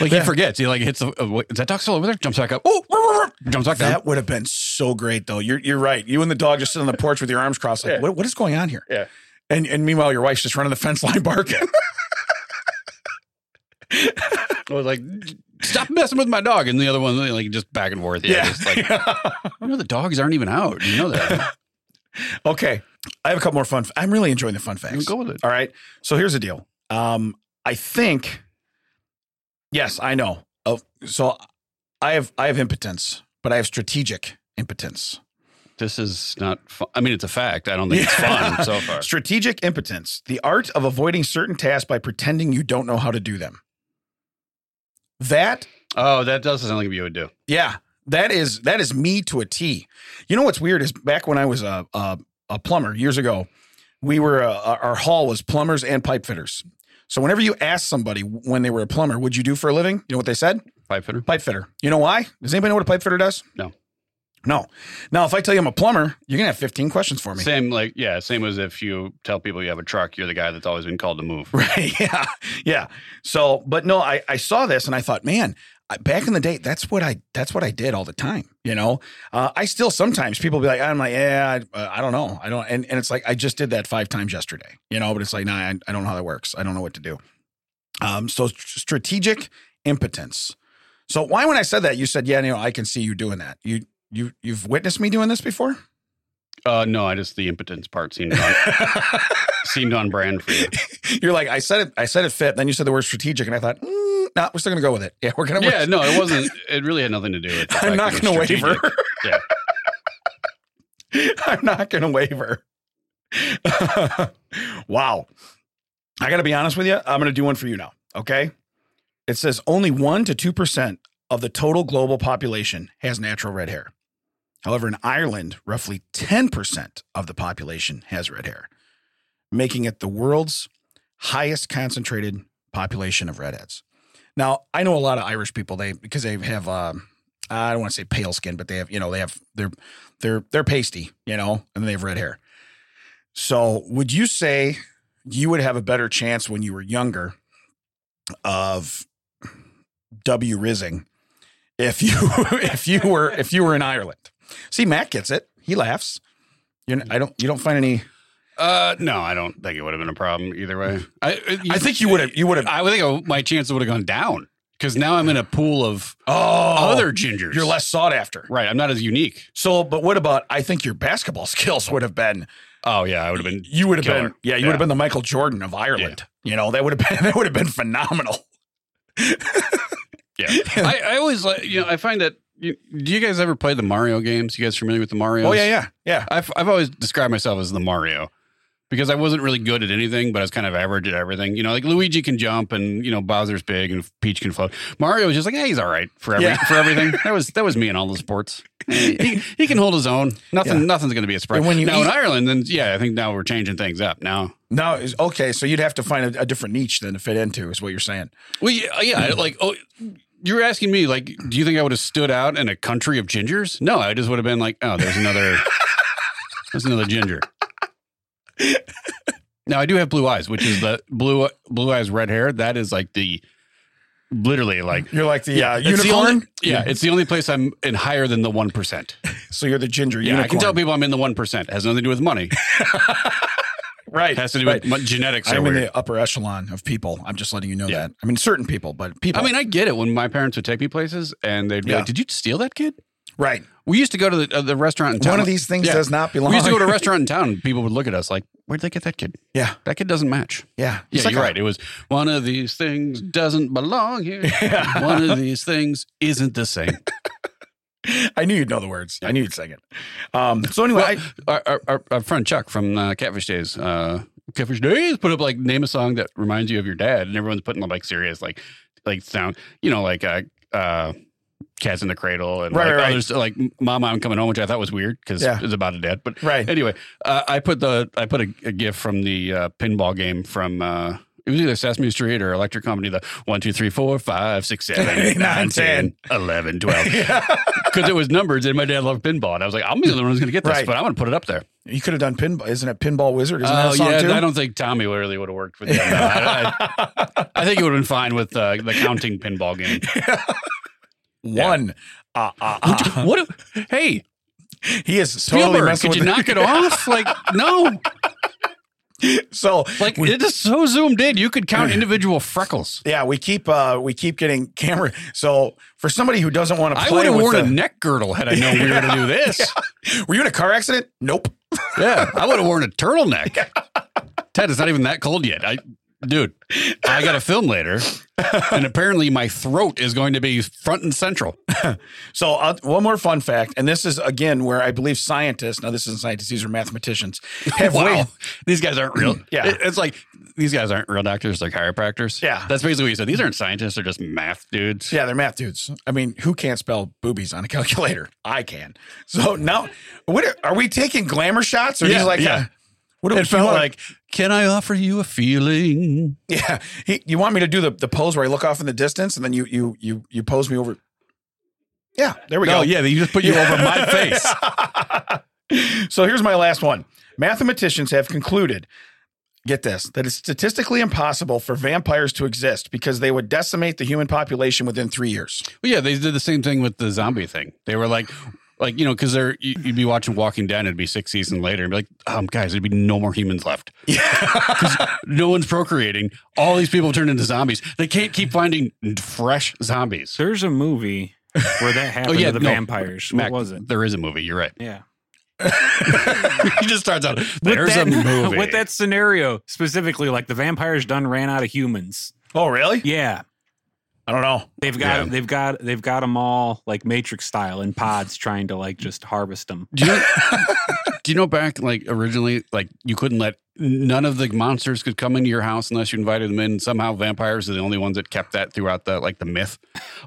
Like he forgets. He like hits. The, uh, wait, is that dog still over there? Jumps back up. Oh, roar, roar, roar. jumps back down.
That would have been so great though. You're you're right. You and the dog just sit on the porch with your arms crossed, like,
Yeah.
what, what is going on here?
Yeah.
And and meanwhile, your wife's just running the fence line barking.
I was like, stop messing with my dog. And the other one like just back and forth. Yeah. Just like, you know the dogs aren't even out. You know that.
okay. I have a couple more fun. f- I'm really enjoying the fun facts.
go with it.
All right. So here's the deal. Um, I think, yes, I know. Oh, so I have I have impotence, but I have strategic impotence.
This is not. Fun. I mean, it's a fact. I don't think it's
Yeah.
fun so far.
Strategic impotence: the art of avoiding certain tasks by pretending you don't know how to do them. That
Oh, that does sound like you would do.
Yeah, that is that is me to a T. You know what's weird is back when I was a a, a plumber years ago, we were uh, our our hall was plumbers and pipe fitters. So whenever you asked somebody when they were a plumber, what'd you do for a living? You know what they said?
Pipe fitter.
Pipe fitter. You know why? Does anybody know what a pipe fitter does?
No.
No. Now, if I tell you I'm a plumber, you're gonna have 15 questions for me.
Same like yeah, same as if you tell people you have a truck, you're the guy that's always been called to move.
Right. Yeah. Yeah. So, but no, I, I saw this and I thought, man, I, back in the day, that's what I, that's what I did all the time. You know, uh, I still sometimes people be like, I'm like, yeah, I, uh, I don't know. I don't. And, and it's like, I just did that five times yesterday, you know, but it's like, nah, I, I don't know how that works. I don't know what to do. Um, so st- strategic impotence. So why, when I said that, you said, yeah, you know, I can see you doing that. You, you, you've witnessed me doing this before.
Uh no, I just the impotence part seemed on seemed on brand for you.
You're like, I said it, I said it fit. Then you said the word strategic, and I thought, mm, nah, we're still gonna go with it. Yeah, we're gonna.
Yeah, no, it wasn't it really had nothing to do with the fact
I'm not
that it
gonna
was strategic.
waver.
Yeah.
I'm not gonna waver. wow. I gotta be honest with you. I'm gonna do one for you now. Okay. It says only one to two percent of the total global population has natural red hair. However, in Ireland, roughly 10% of the population has red hair, making it the world's highest concentrated population of redheads. Now, I know a lot of Irish people, they because they have um I don't want to say pale skin, but they have, you know, they have they're they're they're pasty, you know, and they have red hair. So, would you say you would have a better chance when you were younger of W rizzing if you if you were if you were in Ireland? See, Matt gets it. He laughs. You know, I don't. You don't find any.
Uh no, I don't think it would have been a problem either way. I
I think you would have. You would have.
I would think I- my chances would have gone down cuz now I'm in a pool of
Oh,
other gingers.
You're less sought after.
Right, I'm not as unique.
So, but what about? I think your basketball skills would have been.
Oh yeah, I would have been
You would have
Killer.
been. Yeah, you
Yeah.
would have been the Michael Jordan of Ireland. You know that would have been. That would have been phenomenal.
Yeah. I, I always like, you know, I find that. You, do you guys ever play the Mario games? You guys familiar with the Mario?
Oh yeah, yeah, yeah.
I've, I've always described myself as the Mario because I wasn't really good at anything, but I was kind of average at everything. You know, like Luigi can jump and, you know, Bowser's big and Peach can float. Mario was just like, hey, he's all right for every,
Yeah.
for everything. That was, that was me in all the sports. he, he can hold his own. Nothing,
Yeah.
nothing's going to be a surprise.
And when you
now in
eat-
Ireland, then yeah, I think now we're changing things up now.
No, it's- okay. So you'd have to find a, a different niche then to fit into is what you're saying.
Well, yeah, yeah like, oh, you're asking me, like, do you think I would have stood out in a country of gingers? No, I just would have been like, oh, there's another, there's another ginger. Now I do have blue eyes, which is the blue blue eyes red hair. That is like the literally like
You're like the uh,
it's the
unicorn.
only- yeah, it's the only place I'm in higher than the one percent.
So you're the ginger
Yeah,
unicorn.
I can tell people I'm in the one percent. It has nothing to do with money.
Right.
has to do
right.
with mu- genetics. are
I'm in
weird.
the upper echelon of people. I'm just letting you know
Yeah.
that. I mean, certain people, but people.
I mean, I get it when my parents would take me places and they'd be
Yeah.
like, Did you steal that kid?
right.
We used to go to the, uh, the restaurant in town.
One of these things
Yeah.
does not belong.
We used to go to a restaurant in town and people would look at us like, Where'd they get that kid?
yeah.
That kid doesn't match.
Yeah.
Yeah,
It's like
you're
a-
right. It was one of these things doesn't belong here. One of these things isn't the same.
I knew you'd know the words. I knew you'd sing it. Um, so anyway,
Well, our, our- our, our friend Chuck from uh, Catfish Days, uh, Catfish Days, put up like name a song that reminds you of your dad, and everyone's putting like serious like like sound, you know, like uh, uh, Cats in the Cradle and
Right,
like
right, right.
others like Mama I'm Coming Home, which I thought was weird because
Yeah.
it's about a dad. But
I, right.
anyway, uh, I put the I put a, a gift from the uh, pinball game from. Uh, it was either Sesame Street or Electric Company. The one, two, three, four, five, six, seven, eight, nine, ten, eleven, twelve.
Yeah.
because it was numbers and my dad loved pinball. And I was like, I'm the only one who's going to get this,
Right.
but I'm going to put it up there. Uh,
You could have done pinball. Isn't it Pinball Wizard? Isn't that a song
Oh, yeah,
too?
I don't think Tommy really would have worked with that. No, I, I- I think it would have been fine with uh, the counting pinball game.
One. Uh, uh, uh.
What? If, hey,
He is totally
Spielberg,
messing
could
with
you
the-
knock it off? Like, no,
So
like
We-
it is so zoomed in, you could count individual freckles.
yeah, we keep uh we keep getting camera. So for somebody who doesn't want to
I
play
would have
with
worn a
the-
neck girdle had I known we were going to do this.
were you in a car accident? Nope.
Yeah, I would have worn a turtleneck. Ted, it's not even that cold yet. I, dude, I got a film later, and apparently my throat is going to be front and central.
So uh, one more fun fact, and this is again where I believe scientists. Now this isn't scientists; these are mathematicians. Have
wow,
way-
these guys aren't real.
Yeah.
It- it's like these guys aren't real doctors; they're chiropractors.
Yeah.
that's basically what you said. These aren't scientists; they're just math dudes.
Yeah, they're math dudes. I mean, who can't spell boobies on a calculator? I can. So now, what are, are we taking glamour shots? Or
Yeah,
he's like,
yeah.
uh, what do we
It felt
want-
like, can I offer you a feeling?
yeah. He, you want me to do the, the pose where I look off in the distance and then you you you you pose me over? Yeah, there we
No,
go.
yeah, they just put you over my face.
So here's my last one. Mathematicians have concluded, get this, that it's statistically impossible for vampires to exist because they would decimate the human population within three years.
Well, yeah, they did the same thing with the zombie thing. They were like, like you know, because they're you- you'd be watching Walking Dead, it'd be six seasons later, and be like, um, guys, there'd be no more humans left. Yeah, no one's procreating. All these people turned into zombies. They can't keep finding fresh zombies.
There's a movie where that
Oh,
happened
yeah,
to the
no.
vampires.
Mac,
what was it?
There is a movie. You're right.
Yeah.
he just starts out. There's
that,
a movie.
With that scenario specifically, like the vampires done ran out of humans.
Oh, really?
Yeah.
I don't know.
They've got
Yeah.
they've got they've got them all like Matrix style in pods trying to like just harvest them.
do you know, do you know back like originally like you couldn't let none of the monsters could come into your house unless you invited them in somehow vampires are the only ones that kept that throughout the like the myth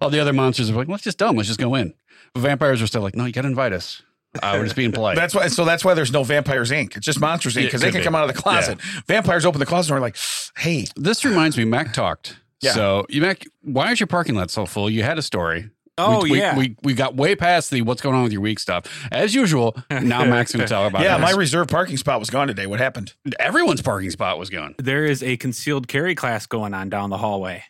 all the other monsters were like let's just dumb let's just go in but vampires are still like no you gotta invite us uh, we're just being polite
That's why. So that's why there's no Vampires Inc. It's just Monsters Inc.
It
Because they
could
can
be.
come out of the closet. Vampires open the closet and we're like, hey,
this reminds me mac talked
Yeah.
so you mac why is your parking lot so full you had a story
Oh
we, we-
yeah.
we, we, got way past the what's going on with your week stuff as usual now mac's gonna tell about
yeah,
his.
my reserved parking spot was gone today. What happened?
everyone's parking spot was gone
there is a concealed carry class going on down the hallway.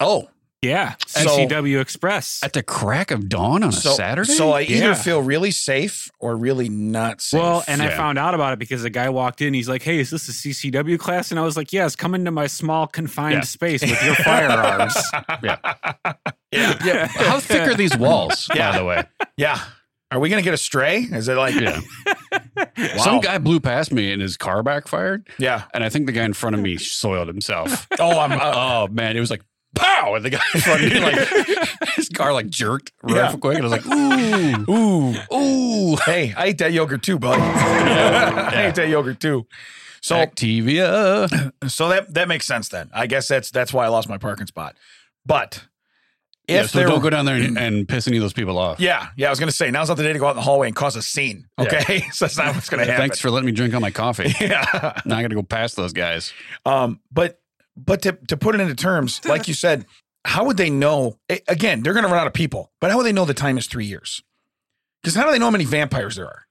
Oh,
Yeah.
So-
CCW Express.
At the crack of dawn on a
so
Saturday?
So I either
Yeah.
feel really safe or really not safe.
Well, and I
Yeah.
found out about it because the guy walked in. He's like, "Hey, is this a CCW class?" And I was like, "Yes, come into my small confined
Yeah.
space with your firearms."
yeah. How thick are these walls,
Yeah.
by the way?
yeah. Are we gonna get a stray? Is it like
Yeah.
wow.
Some guy blew past me and his car backfired.
Yeah.
And I think the guy in front of me soiled himself.
Oh, I'm uh,
oh, man. It was like, pow. And the guy in front of me, like, his car like jerked real
Yeah.
quick. And I was like, ooh,
ooh.
ooh.
Hey, I ate that yogurt too, buddy. I ate that yogurt too. So
Activia.
so that that makes sense then. I guess that's that's why I lost my parking spot. But if
Yeah, so
there
don't go down there and, and piss any of those people off.
Yeah, yeah, I was gonna say now's not the day to go out in the hallway and cause a scene. Okay, so that's not what's gonna happen.
Thanks for letting me drink all my coffee.
yeah.
now I got to go past those guys.
Um, but but to to put it into terms, like you said, how would they know? a- Again, they're gonna run out of people, but how would they know the time is three years? Because how do they know how many vampires there are?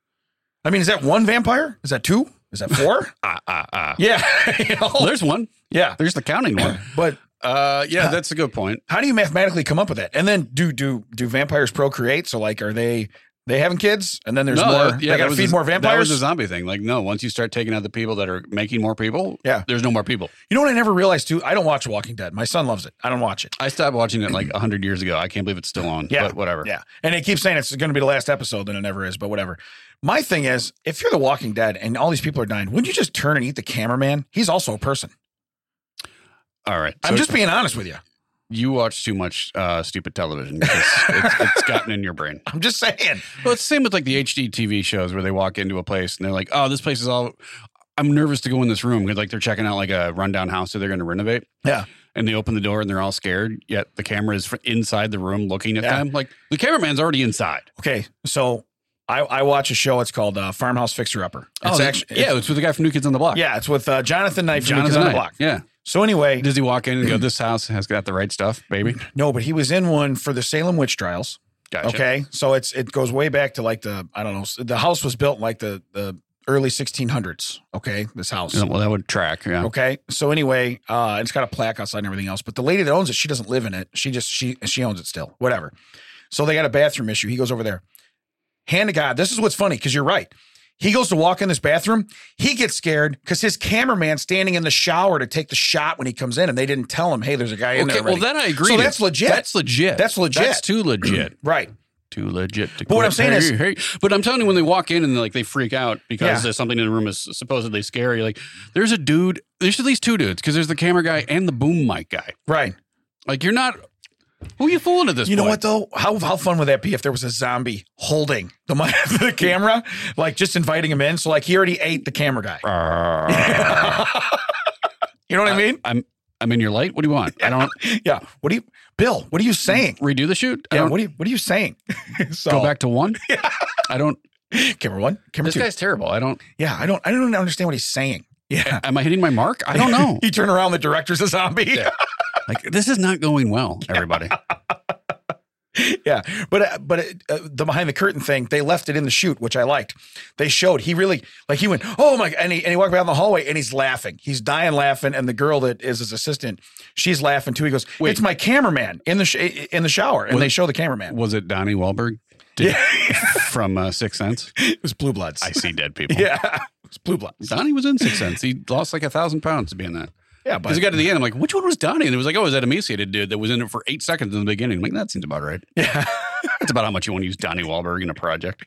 I mean, is that one vampire? Is that two? Is that four?
Ah, ah, ah.
yeah, You know?
There's one.
yeah.
There's the counting one.
But
Uh, yeah, that's a good point.
how do you mathematically come up with that? And then do do do vampires procreate? So like, are they They having kids, and then there's
No,
more.
that-
they
that
got to
was
feed
a-
more
That was uh
vampires.
a zombie thing. Like, no, once you start taking out the people that are making more people,
Yeah.
there's no more people.
you know what I never realized too? I don't watch Walking Dead. My son loves it. I don't watch it.
I stopped watching it like hundred years ago. I can't believe it's still on.
Yeah.
but whatever.
Yeah, and they keep saying it's going to be the last episode, and it never is. But whatever. My thing is, if you're The Walking Dead and all these people are dying, wouldn't you just turn and eat the cameraman? He's also a person.
All right.
I'm
So
just being honest with you.
you watch too much uh, stupid television because it's, it's gotten in your brain.
I'm just saying.
Well, it's the same with like the HD TV shows where they walk into a place and they're like, "Oh, this place is all." I'm nervous to go in this room because like they're checking out like a rundown house that they're going to renovate.
Yeah.
and they open the door and they're all scared. Yet the camera is fr- inside the room looking at
Yeah.
them. Like the cameraman's already inside.
Okay, so I, I watch a show. It's called uh, Farmhouse Fixer Upper. It's
they-
actually
Oh, yeah, it's with the guy from New Kids on the Block.
yeah, it's with uh, Jonathan Knight from New
Jonathan
Kids on the
Knight.
Block.
Yeah,
So anyway,
does he walk in and go, "This house has got the right stuff, baby"?
no, but he was in one for the Salem witch trials.
Gotcha.
Okay, so it's it goes way back to like the I don't know. The house was built in like the the early 1600s. Okay, this house.
Yeah, Well, that would track. Yeah.
Okay, so anyway, uh, it's got a plaque outside and everything else. But the lady that owns it, she doesn't live in it. She just she she owns it still. Whatever. So they got a bathroom issue. He goes over there. Hand to God, this is what's funny because you're right. He goes to walk in this bathroom. He gets scared because his cameraman's standing in the shower to take the shot when he comes in, and they didn't tell him, "Hey, there's a guy in there."
Okay. Well,
already."
then I agree.
So that's legit.
That's legit.
That's legit.
That's too legit.
right.
too legit. To
But what I'm saying is-
Hey, hey. but I'm telling you, when they walk in and like they freak out because
Yeah.
there's something in the room is supposedly scary. Like there's a dude. There's at least two dudes because there's the camera guy and the boom mic guy.
Right.
Like you're not. Who are you fooling at this?
You know
point?
what though? How how fun would that be if there was a zombie holding the mi- the camera, like just inviting him in? So like he already ate the camera guy. you know what I mean?
I'm I'm in your light. What do you want? I don't
Yeah. What do you, Bill? What are you saying?
redo the shoot. I
Yeah.
don't
What are you What are you saying? so
go back to one. I don't.
Camera one, camera
This
two.
guy's terrible. I don't.
Yeah. I don't. I don't understand what he's saying. Yeah.
Am I hitting my mark? I don't know.
He turned around. The director's a zombie. Yeah.
Yeah. like this is not going well. Everybody.
But uh, but it, uh, the behind the curtain thing, they left it in the shoot, which I liked. They showed he really like he went, oh my, and he and he walked down the hallway and he's laughing. He's dying laughing, and the girl that is his assistant, she's laughing too. He goes,
Wait.
it's my cameraman in the sh- in the shower, and
Was-
they show the cameraman.
Was it Donnie Wahlberg? Did- from uh, Sixth Sense.
it was Blue Bloods.
I see dead people.
yeah, it was Blue Bloods.
Donnie was in Sixth Sense. He lost like a thousand pounds to be in that.
Yeah, but
Because it got to the end, I'm like, which one was Donnie? And it was like, oh, it was that emaciated dude that was in it for eight seconds in the beginning. I'm like, that seems about right.
yeah.
That's about how much you want to use Donnie Wahlberg in a project.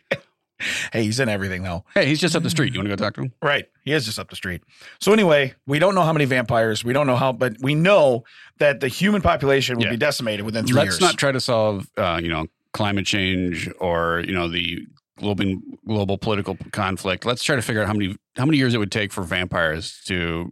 hey, he's in everything though.
Hey, he's just up the street. You want to go talk to him?
Right. He is just up the street. So anyway, we don't know how many vampires. We don't know how, but we know that the human population would
Yeah.
be decimated within 3
Let's
years.
not try to solve, uh, you know, climate change or you know the global global political conflict. Let's try to figure out how many how many years it would take for vampires to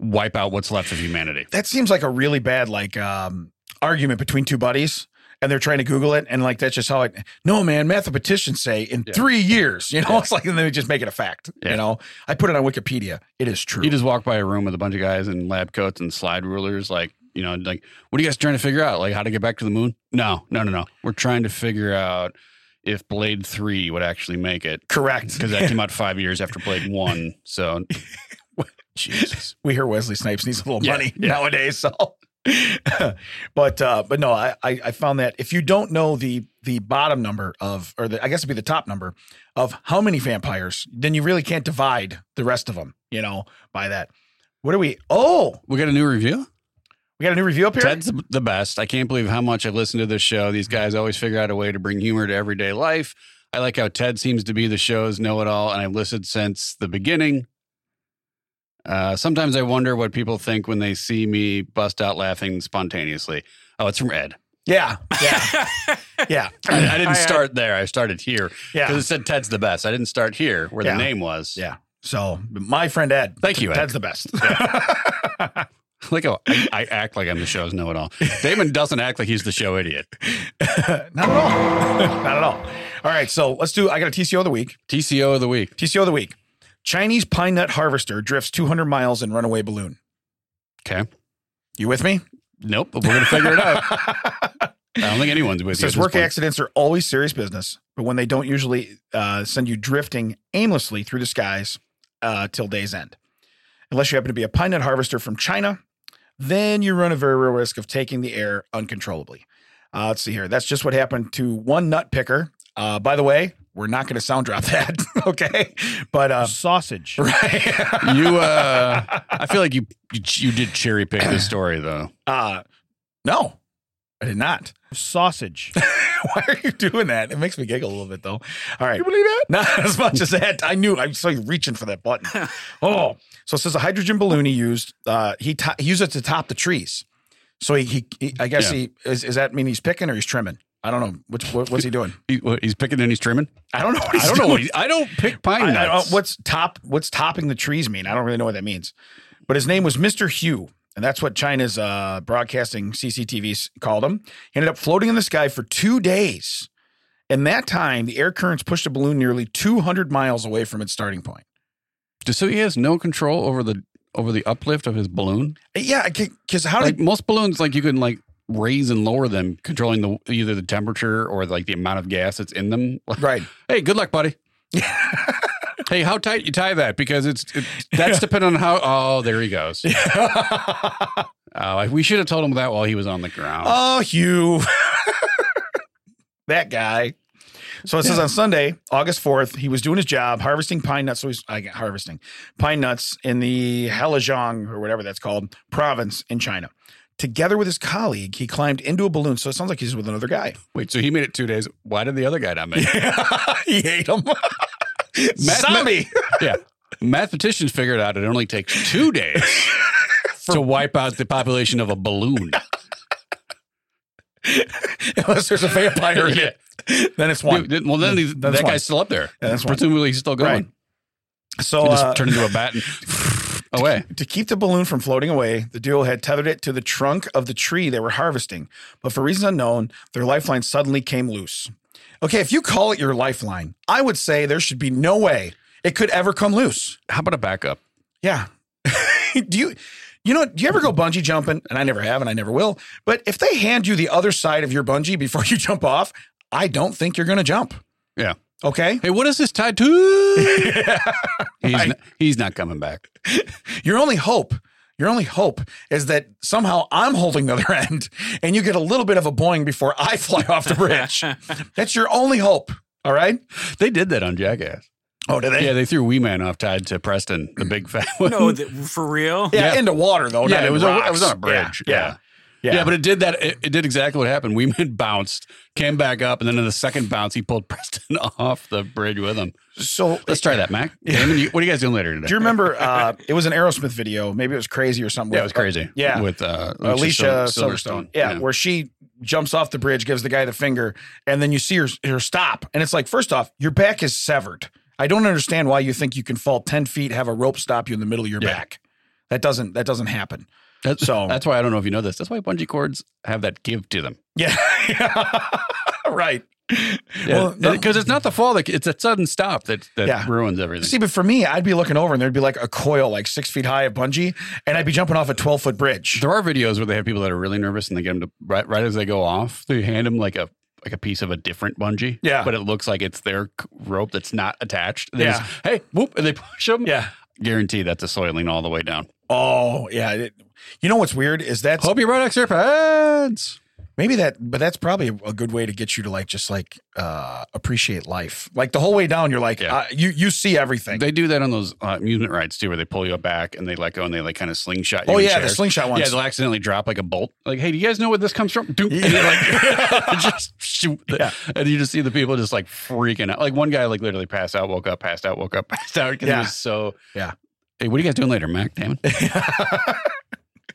wipe out what's left of humanity.
that seems like a really bad like um, argument between two buddies. And they're trying to Google it, and like that's just how it. No, man, mathematicians say in
Yeah.
three years. You know, it's like and then they just make it a fact. You
Yeah.
know, I put it on Wikipedia. It is true.
You just walk by a room with a bunch of guys in lab coats and slide rulers, like you know, like what are you guys trying to figure out? Like how to get back to the moon? No, no, no, no. We're trying to figure out if Blade Three would actually make it
Correct.
because that came out five years after Blade One. So, Jesus,
we hear Wesley Snipes needs a little
Yeah,
money
yeah.
nowadays. So, but uh, but no, I, I I found that if you don't know the the bottom number of or the I guess it'd be the top number of how many vampires, then you really can't divide the rest of them. You know, by that. What are we? Oh,
we got a new review.
we got a new review up here.
Ted's the best. I can't believe how much I've listened to this show. These guys always figure out a way to bring humor to everyday life. I like how Ted seems to be the show's know it all, and I've listened since the beginning. Uh, sometimes I wonder what people think when they see me bust out laughing spontaneously. Oh, it's from Ed.
Yeah, yeah, yeah,
I, I
I-
didn't start there. I started here because
yeah.
it said Ted's the best. I didn't start here where
Yeah.
the name was.
Yeah. So my friend Ed.
Thank you, Ed.
Ted's the best.
Like, oh, I, I act like I'm the show's know it all. Damon doesn't act like he's the show idiot.
Not at all. Not at all. All right. So let's do. I got a TCO of the week.
TCO of the week.
TCO of the week. Chinese pine nut harvester drifts 200 miles in runaway balloon.
Okay.
You with me?
Nope. But we're going to figure it out. I don't think anyone's with
It
you. at
says
this
work
point.
accidents are always serious business, but when they don't usually uh, send you drifting aimlessly through the skies uh, till day's end. Unless you happen to be a pine nut harvester from China, then you run a very real risk of taking the air uncontrollably. Uh, let's see here. That's just what happened to one nut picker Uh, by the way, we're not going to sound drop that, okay? But uh,
Sausage.
right.
You, uh, I feel like you, you you did cherry pick this story though.
Uh, no, I did not.
Sausage.
Why are you doing that? It makes me giggle a little bit, though. All right. You believe that? Not as much as that. I knew. I saw you reaching for that button. oh. So it says a hydrogen balloon he used. Uh, he, to- he used it to top the trees. So he, he, he I guess
Yeah.
he is. Is that mean he's picking or he's trimming? I don't know. Which, what, what's he doing?
He, what, he's picking and he's trimming.
I don't know. What he's
I don't know.
doing.
What he, I don't pick pine nuts.
I- I don't- what's top? What's topping the trees mean? I don't really know what that means. But his name was Mr. Hugh, and that's what China's uh, broadcasting CCTVs called him. He ended up floating in the sky for two days. In that time, the air currents pushed the balloon nearly 200 miles away from its starting point.
so he has no control over the over the uplift of his balloon.
Yeah, because how
Like
did
most balloons, like you can like raise and lower them, controlling the either the temperature or like the amount of gas that's in them. Like,
right?
hey, good luck, buddy. hey, how tight you tie that? Because it's it, that's dependent on how. Oh, there he goes. Oh, I- we should have told him that while he was on the ground.
Oh, Hugh. that guy. So it says on Sunday, August 4th, he was doing his job harvesting pine nuts. So he's I, get harvesting pine nuts in the Heilongjiang or whatever that's called province in China. Together with his colleague, he climbed into a balloon. So it sounds like he's with another guy.
Wait, so he made it two days. Why did the other guy not make it?
he ate him. Zombie.
yeah. Mathematicians figured out it only takes two days to wipe out the population of a balloon.
Unless there's a vampire in it, then it's one.
Dude, then- well, then he's,
That's
that
one.
guy's still up there.
Yeah, that's one.
Presumably he's still going.
Right. So
He just
uh,
turned into a bat and away.
To keep the balloon from floating away, the duo had tethered it to the trunk of the tree they were harvesting. But for reasons unknown, their lifeline suddenly came loose. Okay, if you call it your lifeline, I would say there should be no way it could ever come loose.
How about a backup?
Yeah. do you you know, do you ever go bungee jumping? And I never have and I never will. But if they hand you the other side of your bungee before you jump off, I don't think you're going to jump.
Yeah.
Okay?
Hey, what is this tied to? he's, not, he's not coming back.
Your only hope, your only hope is that somehow I'm holding the other end and you get a little bit of a boing before I fly off the bridge. That's your only hope. All right.
They did that on Jackass.
Oh, did they?
Yeah, they threw Wee Man off tied to Preston, the big fat one.
no, th- for real.
Yeah,
Yeah.
into water though.
yeah,
not
it
in
was, on,
rocks.
it was on a bridge.
Yeah. Yeah.
Yeah.
Yeah.
but it did that. It, it did exactly what happened. We man bounced, came back up, and then in the second bounce, he pulled Preston off the bridge with him.
So
Let's try that, Mac. Damon, you- what are you guys doing later today?
do you remember uh, it was an Aerosmith video? Maybe it was crazy or something.
Yeah, it
with-
was crazy.
yeah.
with uh,
Alicia
Sil-
Silverstone. Yeah, where she jumps off the bridge, gives the guy the finger, and then you see her, her stop. And it's like, first off, your back is severed. I don't understand why you think you can fall 10 feet, have a rope stop you in the middle of your
Yeah.
back. That doesn't that doesn't happen.
That's,
So-
that's why I don't know if you know this. That's why bungee cords have that give to them.
Yeah. right.
Yeah,
Well, no-
because it's not the fall; that- it's a sudden stop that that
Yeah.
ruins everything.
See, but for me, I'd be looking over and there'd be like a coil like six feet high of bungee, and I'd be jumping off a 12 foot bridge.
there are videos where they have people that are really nervous and they get them to right, right as they go off, they hand them like a like a piece of a different bungee.
Yeah.
but it looks like it's their c- rope that's not attached. They
Yeah.
just, hey, whoop, and they push them.
Yeah.
guarantee that's a soiling all the way down.
Oh, yeah. It- you know what's weird is that's
Hope you brought extra pads.
Maybe that, but that's probably a good way to get you to like just like uh appreciate life. Like the whole way down, you're like
Yeah.
uh, you you see everything.
They do that on those uh, amusement rides too, where they pull you back and they let go and they like kind of slingshot. You
oh
in
yeah, the
chairs.
slingshot
Yeah,
ones.
they'll accidentally drop like a bolt. Like, hey, do you guys know where this comes from? Doop. And,
Yeah.
you're like, just shoot.
Yeah.
And you just see the people just like freaking out. Like one guy like literally passed out, woke up, passed out, woke up, passed out because
Yeah.
he was so.
Yeah.
Hey, what are you guys doing later, Mac? Damn it.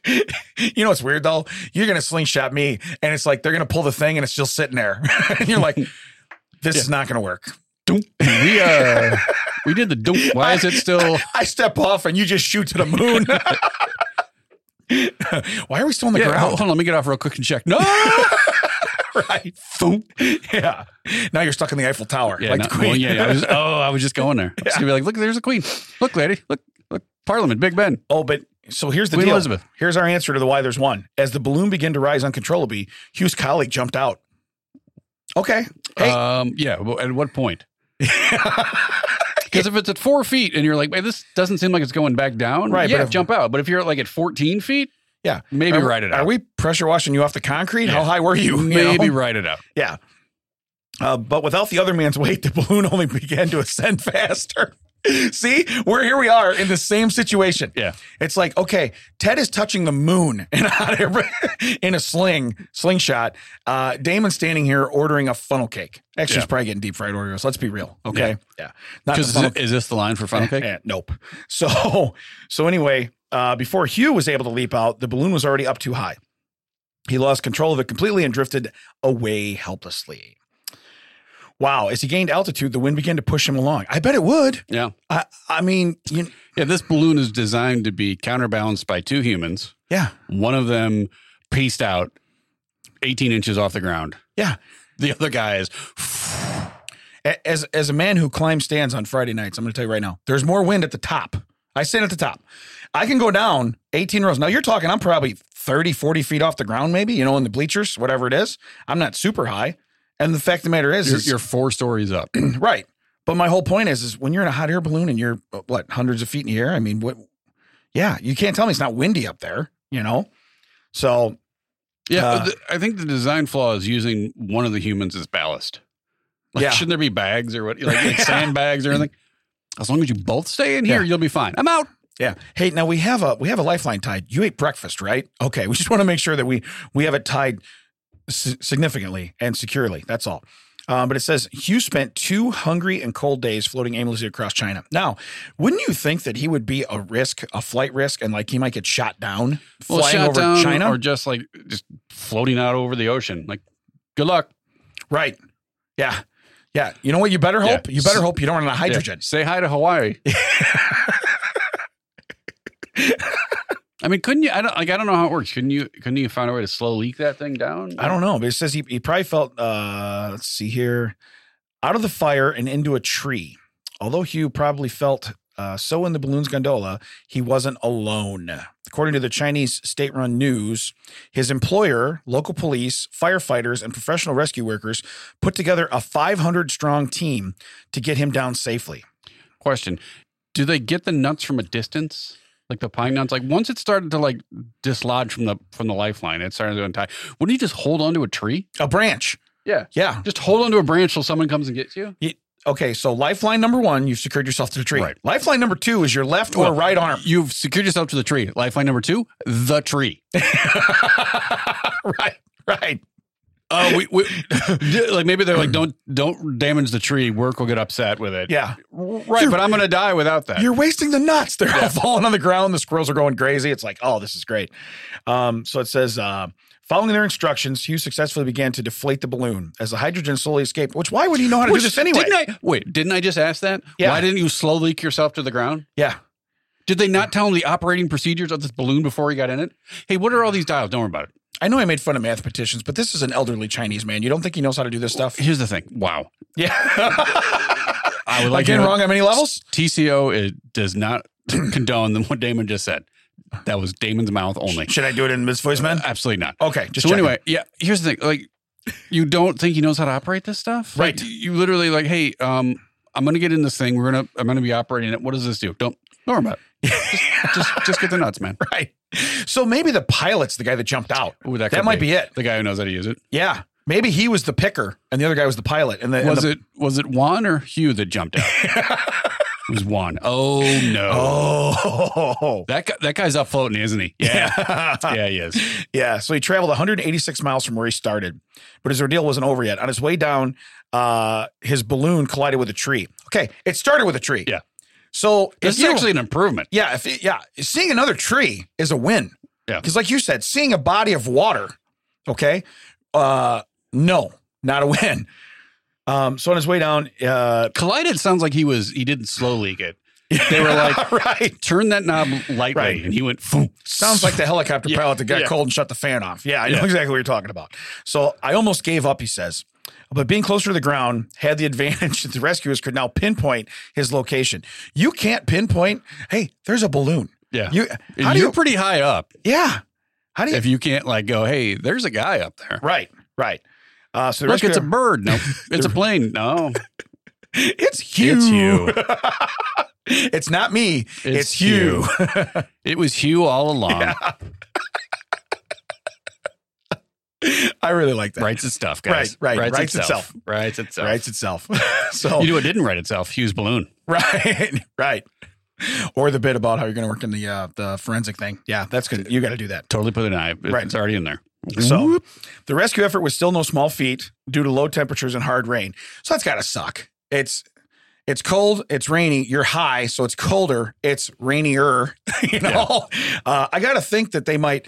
you know what's weird though? You're gonna slingshot me, and it's like they're gonna pull the thing, and it's still sitting there, and you're like, this is not gonna work.
Doop. We uh, we did the doop. Why is it still?
I step off, and you just shoot to the moon. Why are we still on the
Yeah, hold,
ground?
hold on, let me get off real quick and check. No.
Right. Yeah. Now you're stuck in the Eiffel Tower.
Yeah,
like
no,
the Queen.
well, yeah, I was, oh, I was just going there. I was gonna be like, look, there's a queen. Look, lady, look, look, Parliament, Big Ben.
Oh, but so here's the
Queen
deal.
Elizabeth.
Here's our answer to the why there's one. As the balloon began to rise uncontrollably, Hugh's colleague jumped out. Okay. Hey.
Um, yeah. Well, at what point? Because if it's at four feet and you're like, "Hey, this doesn't seem like it's going back down,"
Right,
Yeah,
but if-
jump out. But if you're at, like at 14 feet,
Yeah.
maybe
Are-
ride it
Are
out.
we pressure washing you off the concrete? How
Yeah.
high were you? You know?
maybe ride it out.
Yeah. Uh, but without the other man's weight, the balloon only began to ascend faster. See, we're here. We are in the same situation.
Yeah.
it's like okay, Ted is touching the moon in a, in a sling slingshot. Uh, Damon's standing here ordering a funnel cake. Actually, he's
Yeah.
probably getting deep fried Oreos. Let's be real. Okay, yeah, not the
Because
funnel
is, this the line for funnel cake?
Eh, nope. So so anyway, uh, before Hugh was able to leap out, the balloon was already up too high. He lost control of it completely and drifted away helplessly. Wow! As he gained altitude, the wind began to push him along. I bet it would.
Yeah.
I I mean, you,
Yeah. This balloon is designed to be counterbalanced by two humans.
yeah,
One of them paced out 18 inches off the ground.
yeah.
The other guy is
A- As as a man who climbs stands on Friday nights, I'm going to tell you right now, there's more wind at the top. I stand at the top. I can go down 18 rows. Now you're talking, I'm probably 30, 40 feet off the ground, maybe, you know, in the bleachers, whatever it is. I'm not super high. And the fact of the matter is,
you're,
is-
you're four stories up.
right. But my whole point is, is when you're in a hot air balloon and you're uh, what hundreds of feet in the air. I mean, what? Yeah, you can't tell me it's not windy up there. You know. So
Yeah,
Uh,
th- I think the design flaw is using one of the humans as ballast. Like,
Yeah.
shouldn't there be bags or what, like, like sandbags or anything? As long as you both stay in here,
Yeah.
you'll be fine. I'm out.
Yeah. Hey, now we have a we have a lifeline tied. You ate breakfast, right? Okay. We just want to make sure that we we have it tied s- significantly and securely. That's all. Um, but it says Hugh spent two hungry and cold days floating aimlessly across China. Now, wouldn't you think that he would be a risk, a flight risk, and like he might get shot down
Well,
flying
shot
over
down
China?
or just like just floating out over the ocean. Like, good luck.
right. Yeah. Yeah. You know what? You better
Yeah.
hope. You better hope you don't run out of hydrogen.
Yeah. Say hi to Hawaii. I mean, couldn't you? I don't like. I don't know how it works. Couldn't you? Couldn't you find a way to slow leak that thing down?
I don't know, but it says he, he probably felt, uh, let's see here, out of the fire and into a tree. Although Hugh probably felt uh, so in the balloon's gondola, he wasn't alone. According to the Chinese state run news, his employer, local police, firefighters, and professional rescue workers put together a 500 strong team to get him down safely.
question do they get the nuts from a distance like the pine nuts like once it started to like dislodge from the from the lifeline it started to untie wouldn't you just hold onto a tree
A branch.
yeah
Yeah.
just hold onto a branch till someone comes and gets you
Okay. So, lifeline number one, you've secured yourself to the tree.
Right.
Lifeline number two is your left or
Well,
right arm.
you've secured yourself to the tree lifeline number two the tree
right. Right.
oh we, we like maybe they're like don't don't damage the tree work will get upset with it
Yeah.
right
You're-
but i'm gonna die without that
You're wasting the nuts. They're all falling on the ground. The squirrels are going crazy. It's like, oh, this is great. Um, so it says, uh, following their instructions, Hugh successfully began to deflate the balloon as the hydrogen slowly escaped. Which why would he know how to
Which-
do this anyway?
didn't I, wait didn't i just ask that
Yeah.
why didn't you slow leak yourself to the ground
yeah,
Did they not tell him the operating procedures of this balloon before he got in it? Hey, what are all these dials? Don't worry about it.
I know I made fun of mathematicians, but this is an elderly Chinese man. You don't think he knows how to do this stuff?
Here's the thing. Wow.
Yeah,
I
like
would like to
getting
know-
wrong on many levels.
TCO it does not condone the what Damon just said. That was Damon's mouth only.
Should I do it in Miss Voiceman?
Absolutely not.
Okay, just
so
checking.
anyway, yeah, here's the thing. Like you don't think he knows how to operate this stuff? Like,
Right.
you literally like, hey, um, I'm gonna get in this thing. We're gonna I'm gonna be operating it. What does this do? Don't don't worry about it. Just just, just get the nuts, man.
Right. So maybe the pilot's the guy that jumped out.
Ooh,
that
could
might be. it.
The guy who knows how to use it.
Yeah. Maybe he was the picker and the other guy was the pilot. And the, and
was
the-
it was it Juan or Hugh that jumped out? it was Juan. Oh no.
Oh.
That guy, that guy's up floating, isn't he? Yeah. yeah, he is.
Yeah, so he traveled 186 miles from where he started, but his ordeal wasn't over yet. On his way down, uh, his balloon collided with a tree. Okay, it started with a tree.
Yeah.
So
This
if
is
you-
actually an improvement.
yeah, if it- yeah, seeing another tree is a win.
Yeah.
because like you said, seeing a body of water, okay, uh, no, not a win. Um, so on his way down, uh,
Collided sounds like he was he didn't slow leak it. They were like,
right.
turn that knob lightly,
Right.
and he went. Foom.
Sounds like the helicopter
Yeah,
pilot that got
yeah.
cold and shut the fan off. Yeah, I know
Yeah.
exactly what you're talking about. So I almost gave up, he says. But being closer to the ground had the advantage that the rescuers could now pinpoint his location. You can't pinpoint, hey, there's a balloon.
Yeah,
You
And
how do
you're
you
pretty high up.
Yeah. How do you
If you can't like go, hey, there's a guy up there.
Right, right. Uh so the
Look, it's a
rescuer-
bird. No, it's a plane. No,
it's Hugh.
It's Hugh.
It's not me. It's, Hugh.
Hugh. it was Hugh all along.
I really like that.
Writes its stuff, guys.
Right, right. Writes itself.
Writes itself.
Writes itself. so
You know, it didn't write itself. Hughes balloon.
right, right. Or the bit about how you're going to work in the uh, the forensic thing. Yeah, that's good. You got to do that.
Totally put it in. I. It's
Right.
already in there.
So the rescue effort was still no small feat due to low temperatures and hard rain. So that's got to suck. It's it's cold, it's rainy, you're high, so it's colder, it's rainier, you know. Uh, I got to think that they might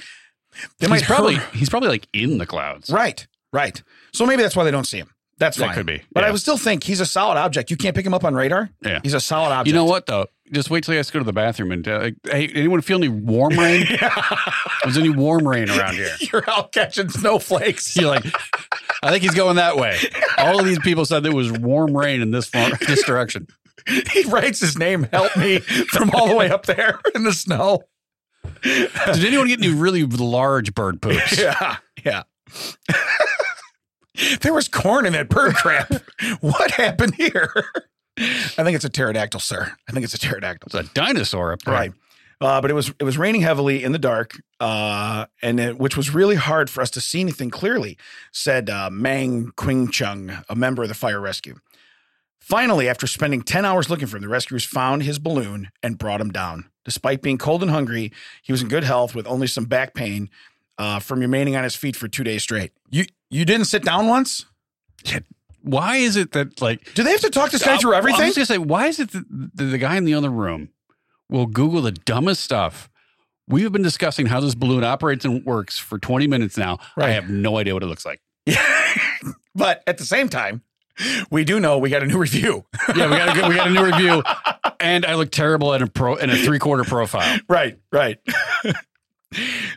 they
he's
might
probably
hur-
he's probably like in the clouds.
right, right. So maybe that's why they don't see him. That's
That
fine.
could be,
But
yeah.
I would still think he's a solid object. You can't pick him up on radar.
Yeah.
He's a solid object.
You know what though? Just wait till you guys go to the bathroom and uh, like, hey, anyone feel any warm rain? There's any warm rain around here?
You're out catching snowflakes.
You're like, I think he's going that way. All of these people said there was warm rain in this far, this direction.
he writes his name, help me, from all the way up there in the snow.
Did anyone get any really large bird poops?
Yeah, yeah. there was corn in that bird crap. what happened here? I think it's a pterodactyl, sir. I think it's a pterodactyl.
It's a dinosaur up there.
Right. Uh, but it was it was raining heavily in the dark, uh, and it, which was really hard for us to see anything clearly," said uh, Mang Qing Chung, a member of the fire rescue. Finally, after spending ten hours looking for him, the rescuers found his balloon and brought him down. Despite being cold and hungry, he was in good health with only some back pain uh, from remaining on his feet for two days straight. You you didn't sit down once?
Why is it that like
Do they have to talk this guy through
Uh, I- I
everything?
was gonna say, why is it that the, the guy in the other room will Google the dumbest stuff? We have been discussing how this balloon operates and works for 20 minutes now. I
Right.
have no idea what it looks like.
but at the same time, we do know we got a new review.
Yeah, we got a, good- we got a new review, and I look terrible in a pro in a three quarter profile.
Right, right.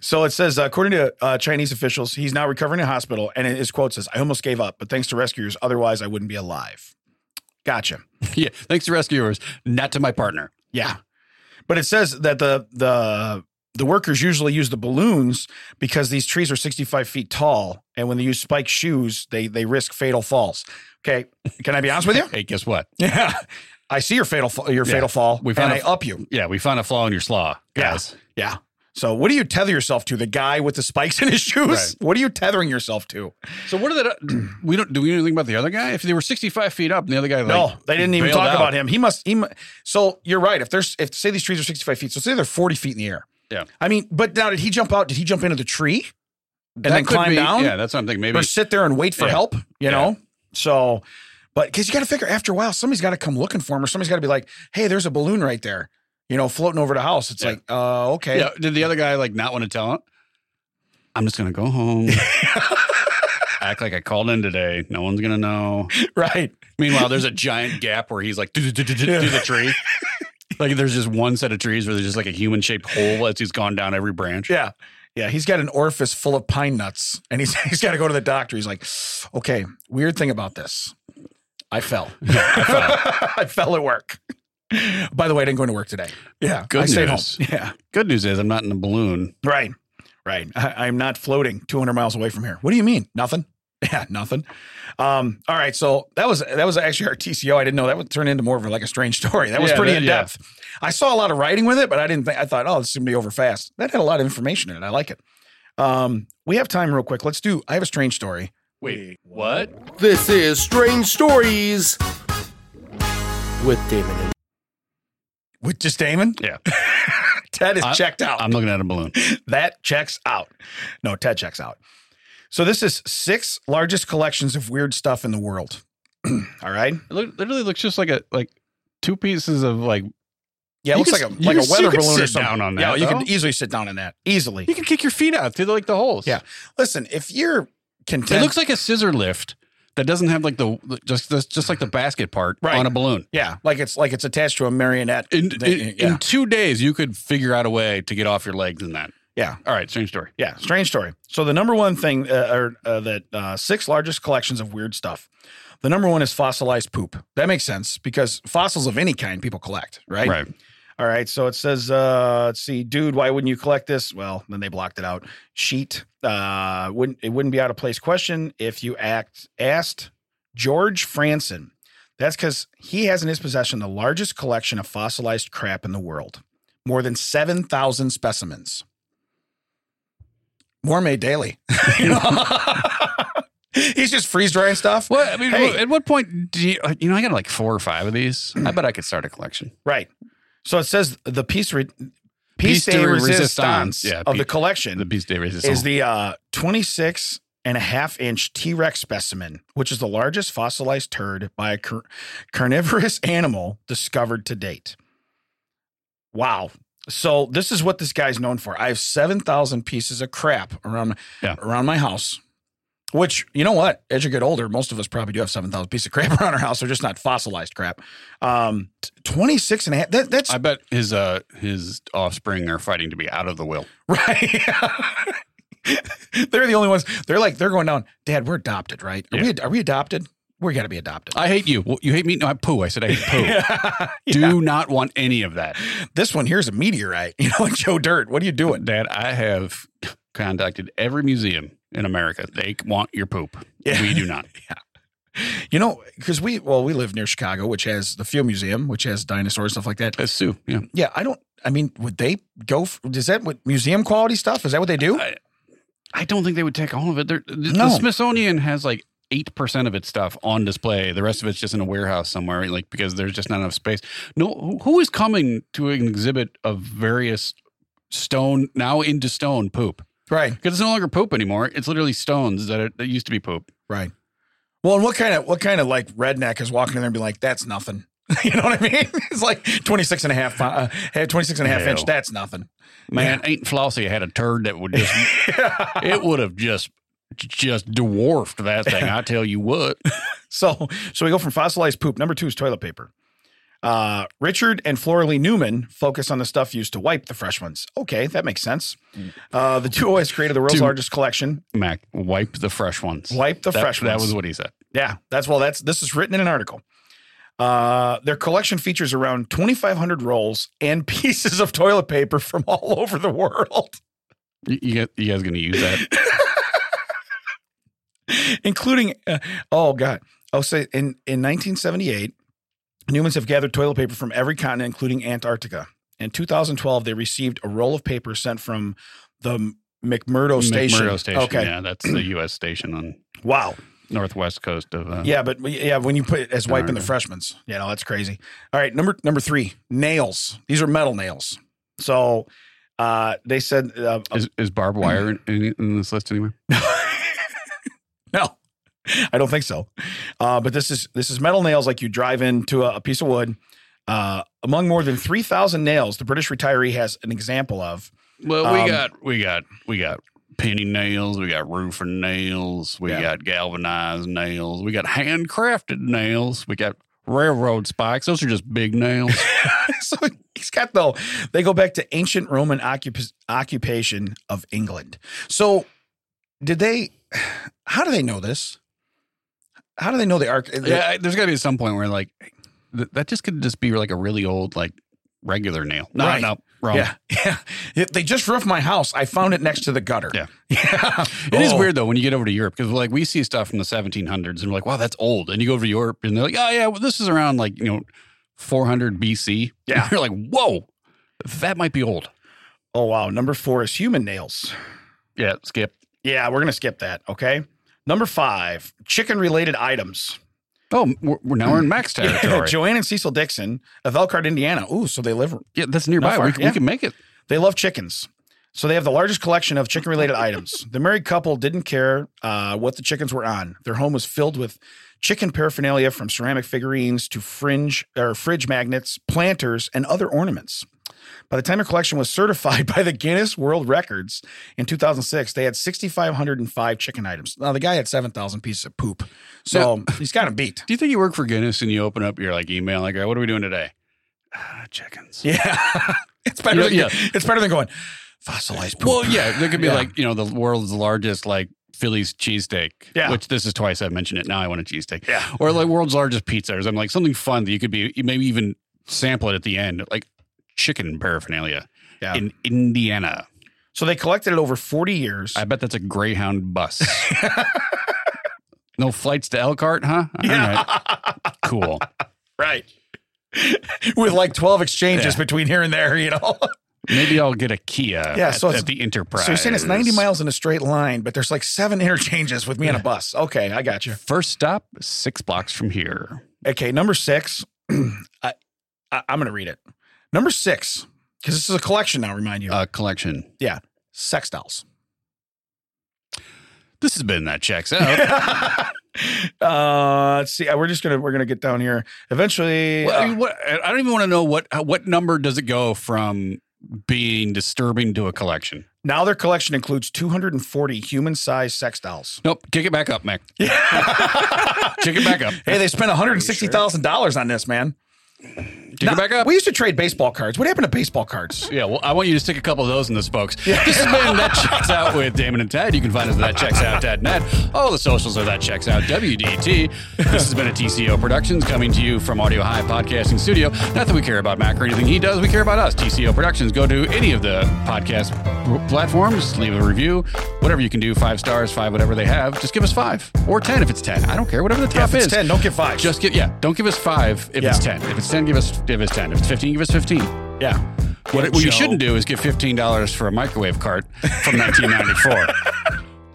so it says, uh, according to uh, Chinese officials, he's now recovering in hospital. And his quote says, I almost gave up, but thanks to rescuers, otherwise I wouldn't be alive. Gotcha.
Yeah, thanks to rescuers, not to my partner.
Yeah. But it says that the, the, the workers usually use the balloons because these trees are 65 feet tall. And when they use spike shoes, they, they risk fatal falls. Okay. Can I be honest with you?
Hey, guess what?
Yeah. I see your fatal, fa- your
Yeah.
fatal fall.
We
and
found
I
a-
up you.
Yeah, we found a flaw in your slaw, guys.
Yeah. So what do you tether yourself to? The guy with the spikes in his shoes?
Right.
What are you tethering yourself to?
So what are the we don't do we know anything about the other guy? If they were sixty five feet up, and the other guy like,
no, they didn't even
bailed
talk
out.
about him. He must he mu- so you're right. If there's if say these trees are 65 feet, so say they're 40 feet in the air.
Yeah.
I mean, but now did he jump out? Did he jump into the tree and
That
then
could
climb
be-
down?
Yeah, that's what I'm thinking. Maybe
Or sit there and wait for
Yeah.
help, you
Yeah.
know? So but because you gotta figure after a while, somebody's gotta come looking for him, or somebody's gotta be like, hey, there's a balloon right there, you know, floating over the house. It's
Yeah.
like, uh, okay.
Yeah. Did the other guy like not want to tell it? I'm just gonna go home. Act like I called in today. No one's gonna know.
Right.
Meanwhile, there's a giant gap where he's like through the tree. Like there's just one set of trees where there's just like a human shaped hole as he's gone down every branch.
Yeah. Yeah. He's got an orifice full of pine nuts and he's, he's got to go to the doctor. He's like, okay, weird thing about this. I fell. I fell. at work. By the way, I didn't go into work today. Yeah.
Good
I stayed
news.
home. Yeah.
Good news is I'm not in a balloon.
Right. Right. I, I'm not floating 200 miles away from here. What do you mean? Nothing. Yeah, nothing. Um, all right, so that was that was actually our TCO. I didn't know that would turn into more of a, like a strange story. That was
Yeah,
pretty
that-
in depth. I saw a lot of writing with it, but I didn't think I thought, oh, this is gonna be over fast. That had a lot of information in it. I like it. Um, we have time real quick. Let's do. I have a strange story.
Wait, what?
This is Strange Stories with Damon and
With just Damon?
Yeah.
Ted is
I-
checked out.
I'm looking at a balloon.
that checks out. No, Ted checks out. So this is six largest collections of weird stuff in the world. All right.
It look, literally looks just like a like two pieces of like
Yeah, it
You
looks
could-
like a
you
like a
could- you
weather
could
balloon or
sit
something.
down on
yeah,
that,
you
though.
can easily sit down on that easily.
you can kick your feet out through like the holes.
Yeah. Listen, if you're
It
content,
looks like a scissor lift that doesn't have like the just the, just like the basket part
Right.
on a balloon.
yeah, like it's like it's attached to a marionette.
In,
thing.
in,
yeah,
in two days, you could figure out a way to get off your legs in that.
yeah,
All right, strange story.
yeah. Strange story. So the number one thing, uh, or uh, that uh, six largest collections of weird stuff. The number one is fossilized poop. That makes sense because fossils of any kind people collect, right?
Right.
All right. So it says, uh, let's see, dude, why wouldn't you collect this? Well, then they blocked it out. Sheet. Uh, wouldn't it wouldn't be out of place question if you act asked George Franson. That's because he has in his possession the largest collection of fossilized crap in the world, more than seven thousand specimens. Mormay daily. You know? He's just freeze drying stuff.
Well, I mean,
Hey.
at what point do you, uh, you know, I got like four or five of these. I bet I could start a collection.
Right. So it says the piece re- piece,
Piece de
de
resistance.
resistance,
Yeah,
of
piece-
the collection
The Beast Day
is the uh, 26 and a half inch T Rex specimen, which is the largest fossilized turd by a car- carnivorous animal discovered to date. Wow. So this is what this guy's known for. I have 7,000 pieces of crap around
Yeah.
around my house. Which you know what? As you get older, most of us probably do have seven thousand pieces of crap around our house. They're just not fossilized crap. Um, Twenty six and a half. That, that's
I bet his uh his offspring are fighting to be out of the will.
Right. they're the only ones. They're like they're going down. Dad, we're adopted, right? Are we are we adopted? We got to be adopted.
I hate you. Well, You hate me? No, I poo. I said I hate poo. Do not want any of that.
This one here's a meteorite. You know, Joe Dirt. What are you doing?
Dad, I have contacted every museum in America. They want your poop.
Yeah.
We do not.
You know, because we well we live near Chicago, which has the Field Museum, which has dinosaurs stuff like that.
That's Sue. Yeah.
Yeah, I don't. I mean, would they go? F- is that what museum quality stuff? Is that what they do?
I- I don't think they would take all of it. They're, the, the
No.
Smithsonian has like eight percent of its stuff on display. The rest of it's just in a warehouse somewhere, like because there's just not enough space. No, who- who is coming to an exhibit of various stone now into stone poop?
right.
Because it's no longer poop anymore. It's literally stones that, are, that used to be poop.
Right. Well, and what kind of what kind of like redneck is walking in there and be like, that's nothing. you know what I mean? It's like 26 and a half, uh, hey, 26 and a half inch.
Ew.
That's nothing.
Man, ain't Flossie had a turd that would just it would have just just dwarfed that thing. I tell you what.
So, so we go from fossilized poop. Number two is toilet paper. Uh, Richard and Flora Lee Newman focus on the stuff used to wipe the fresh ones. Okay, that makes sense. Uh, the two always created the world's
Mm. Dude.
largest collection.
Mac, wipe the fresh ones.
Wipe the
that,
fresh
That
ones.
was what he said.
Yeah, that's well. That's this is written in an article. Uh, their collection features around 2,500 rolls and pieces of toilet paper from all over the world,
You, you guys- you guys gonna use that?
including uh, oh god, I'll say in in 1978, Newmans have gathered toilet paper from every continent, including Antarctica. In 2012, they received a roll of paper sent from the McMurdo Station.
McMurdo Station.
Okay,
Yeah, Uh-huh. that's the U.S. station on
wow.
northwest coast of. Uh,
Yeah, but we- yeah, when you put it as wiping the
Darn.
freshmen's, you know, that's crazy. All right, number number three, nails. These are metal nails. So uh they said uh,
Is, is barbed wire in, in, in this list anywhere?
no. I don't think so. Uh, but this is this is metal nails like you drive into a, a piece of wood. Uh, among more than 3,000 nails, the British retiree has an example of.
Well, we
Um,
got we got we got penny nails, we got roofer nails, we
Yeah.
got galvanized nails, we got handcrafted nails, we got railroad spikes. Those are just big nails.
so he's got though. They go back to ancient Roman occup- occupation of England. So did they? How do they know this? How do they know the arc?
yeah, I- there's got to be some point where like th- that just could just be like a really old like regular nail. No,
Right.
no, wrong.
Yeah, yeah. If um, They just roofed my house. I found it next to the gutter.
Yeah.
yeah.
It is
Oh,
weird though when you get over to Europe because like we see stuff from the 1700s and we're like, wow, that's old. And you go over to Europe and they're like, oh yeah, well, this is around like you know 400 BC.
Yeah.
you're like, whoa, that might be old.
Oh wow. Number four is human nails.
Yeah, skip.
Yeah, we're gonna skip that. Okay. Number five, chicken-related items.
Oh, we're, we're now we're in Max territory. yeah,
Joanne and Cecil Dixon of Elkhart, Indiana. Ooh, so they live
that's nearby.
Not far,
we, can
yeah.
we can make it.
They love chickens. So they have the largest collection of chicken related items. The married couple didn't care uh, what the chickens were on. Their home was filled with chicken paraphernalia from ceramic figurines to fringe or fridge magnets, planters, and other ornaments. By the time their collection was certified by the Guinness World Records in 2006, they had 6,505 chicken items. Now, the guy had 7,000 pieces of poop. So he's got him beat.
Do you think you work for Guinness and you open up your like email like, all right, what are we doing today? Ah, chickens.
Yeah. it's, better
Yeah,
than,
yeah.
it's better than going fossilized poop.
Well, yeah, there could be
Yeah.
like you know the world's largest like Philly's cheesesteak.
Yeah.
which this is twice I've mentioned it. Now I want a cheesesteak.
Yeah.
or like world's largest pizza or something like something fun that you could be you maybe even sample it at the end like chicken paraphernalia
Yeah.
in Indiana.
so they collected it over 40 years.
I bet that's a Greyhound bus. no flights to Elkhart, huh? All right. Cool.
Right. With like 12 exchanges
Yeah.
between here and there, you know?
Maybe I'll get a Kia
Yeah,
at,
so it's-
at the Enterprise.
So you're saying it's 90 miles in a straight line, but there's like seven interchanges with me on a bus. Okay, I got you.
First stop, six blocks from here.
Okay, number six. I, I, I'm going to read it. Number six, because this is a collection now, remind you.
Uh, collection.
sex dolls.
This has been Oh, that checks out.
uh, let's see. Uh, We're just gonna we're gonna get down here eventually.
Well, I,
uh,
mean, what, I don't even want to know what what number does it go from being disturbing to a collection.
now their collection includes 240 human-sized sex dolls.
Nope, kick it back up, Mac. kick it back up.
Hey, they spent 160 thousand dollars on this, man.
Kick
Now,
it back up.
We used to trade baseball cards. What happened to baseball cards?
Yeah, well, I want you to stick a couple of those in this, folks. This has been That Checks Out with Damon and Tad. You can find us at thatchecksout.net. All the socials are That Checks Out WDT. This has been a TCO Productions coming to you from Audio High Podcasting Studio. Not that we care about Mac or anything he does. We care about us, TCO Productions. Go to any of the podcast platforms, leave a review, whatever you can do, five stars, five, whatever they have. Just give us five or ten if it's ten. I don't care, whatever the top
if it's
is.
10, don't give five.
Just get, yeah, don't give us five if it's
Yeah.
ten. If it's ten, give us give us ten. If it's fifteen, give us fifteen.
Yeah.
What, what you
Joe.
shouldn't do is get fifteen dollars for a microwave cart from 1994.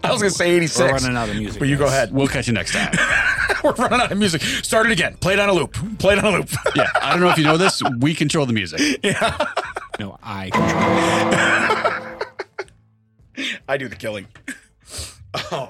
I was gonna say 86.
We're running out of music.
But you go
guys.
ahead.
we'll catch you next time.
We're running out of music. Start it again. Play it on a loop. Play it on a loop.
Yeah, I don't know if you know this. We control the music.
No, I control.
I do the killing. Oh.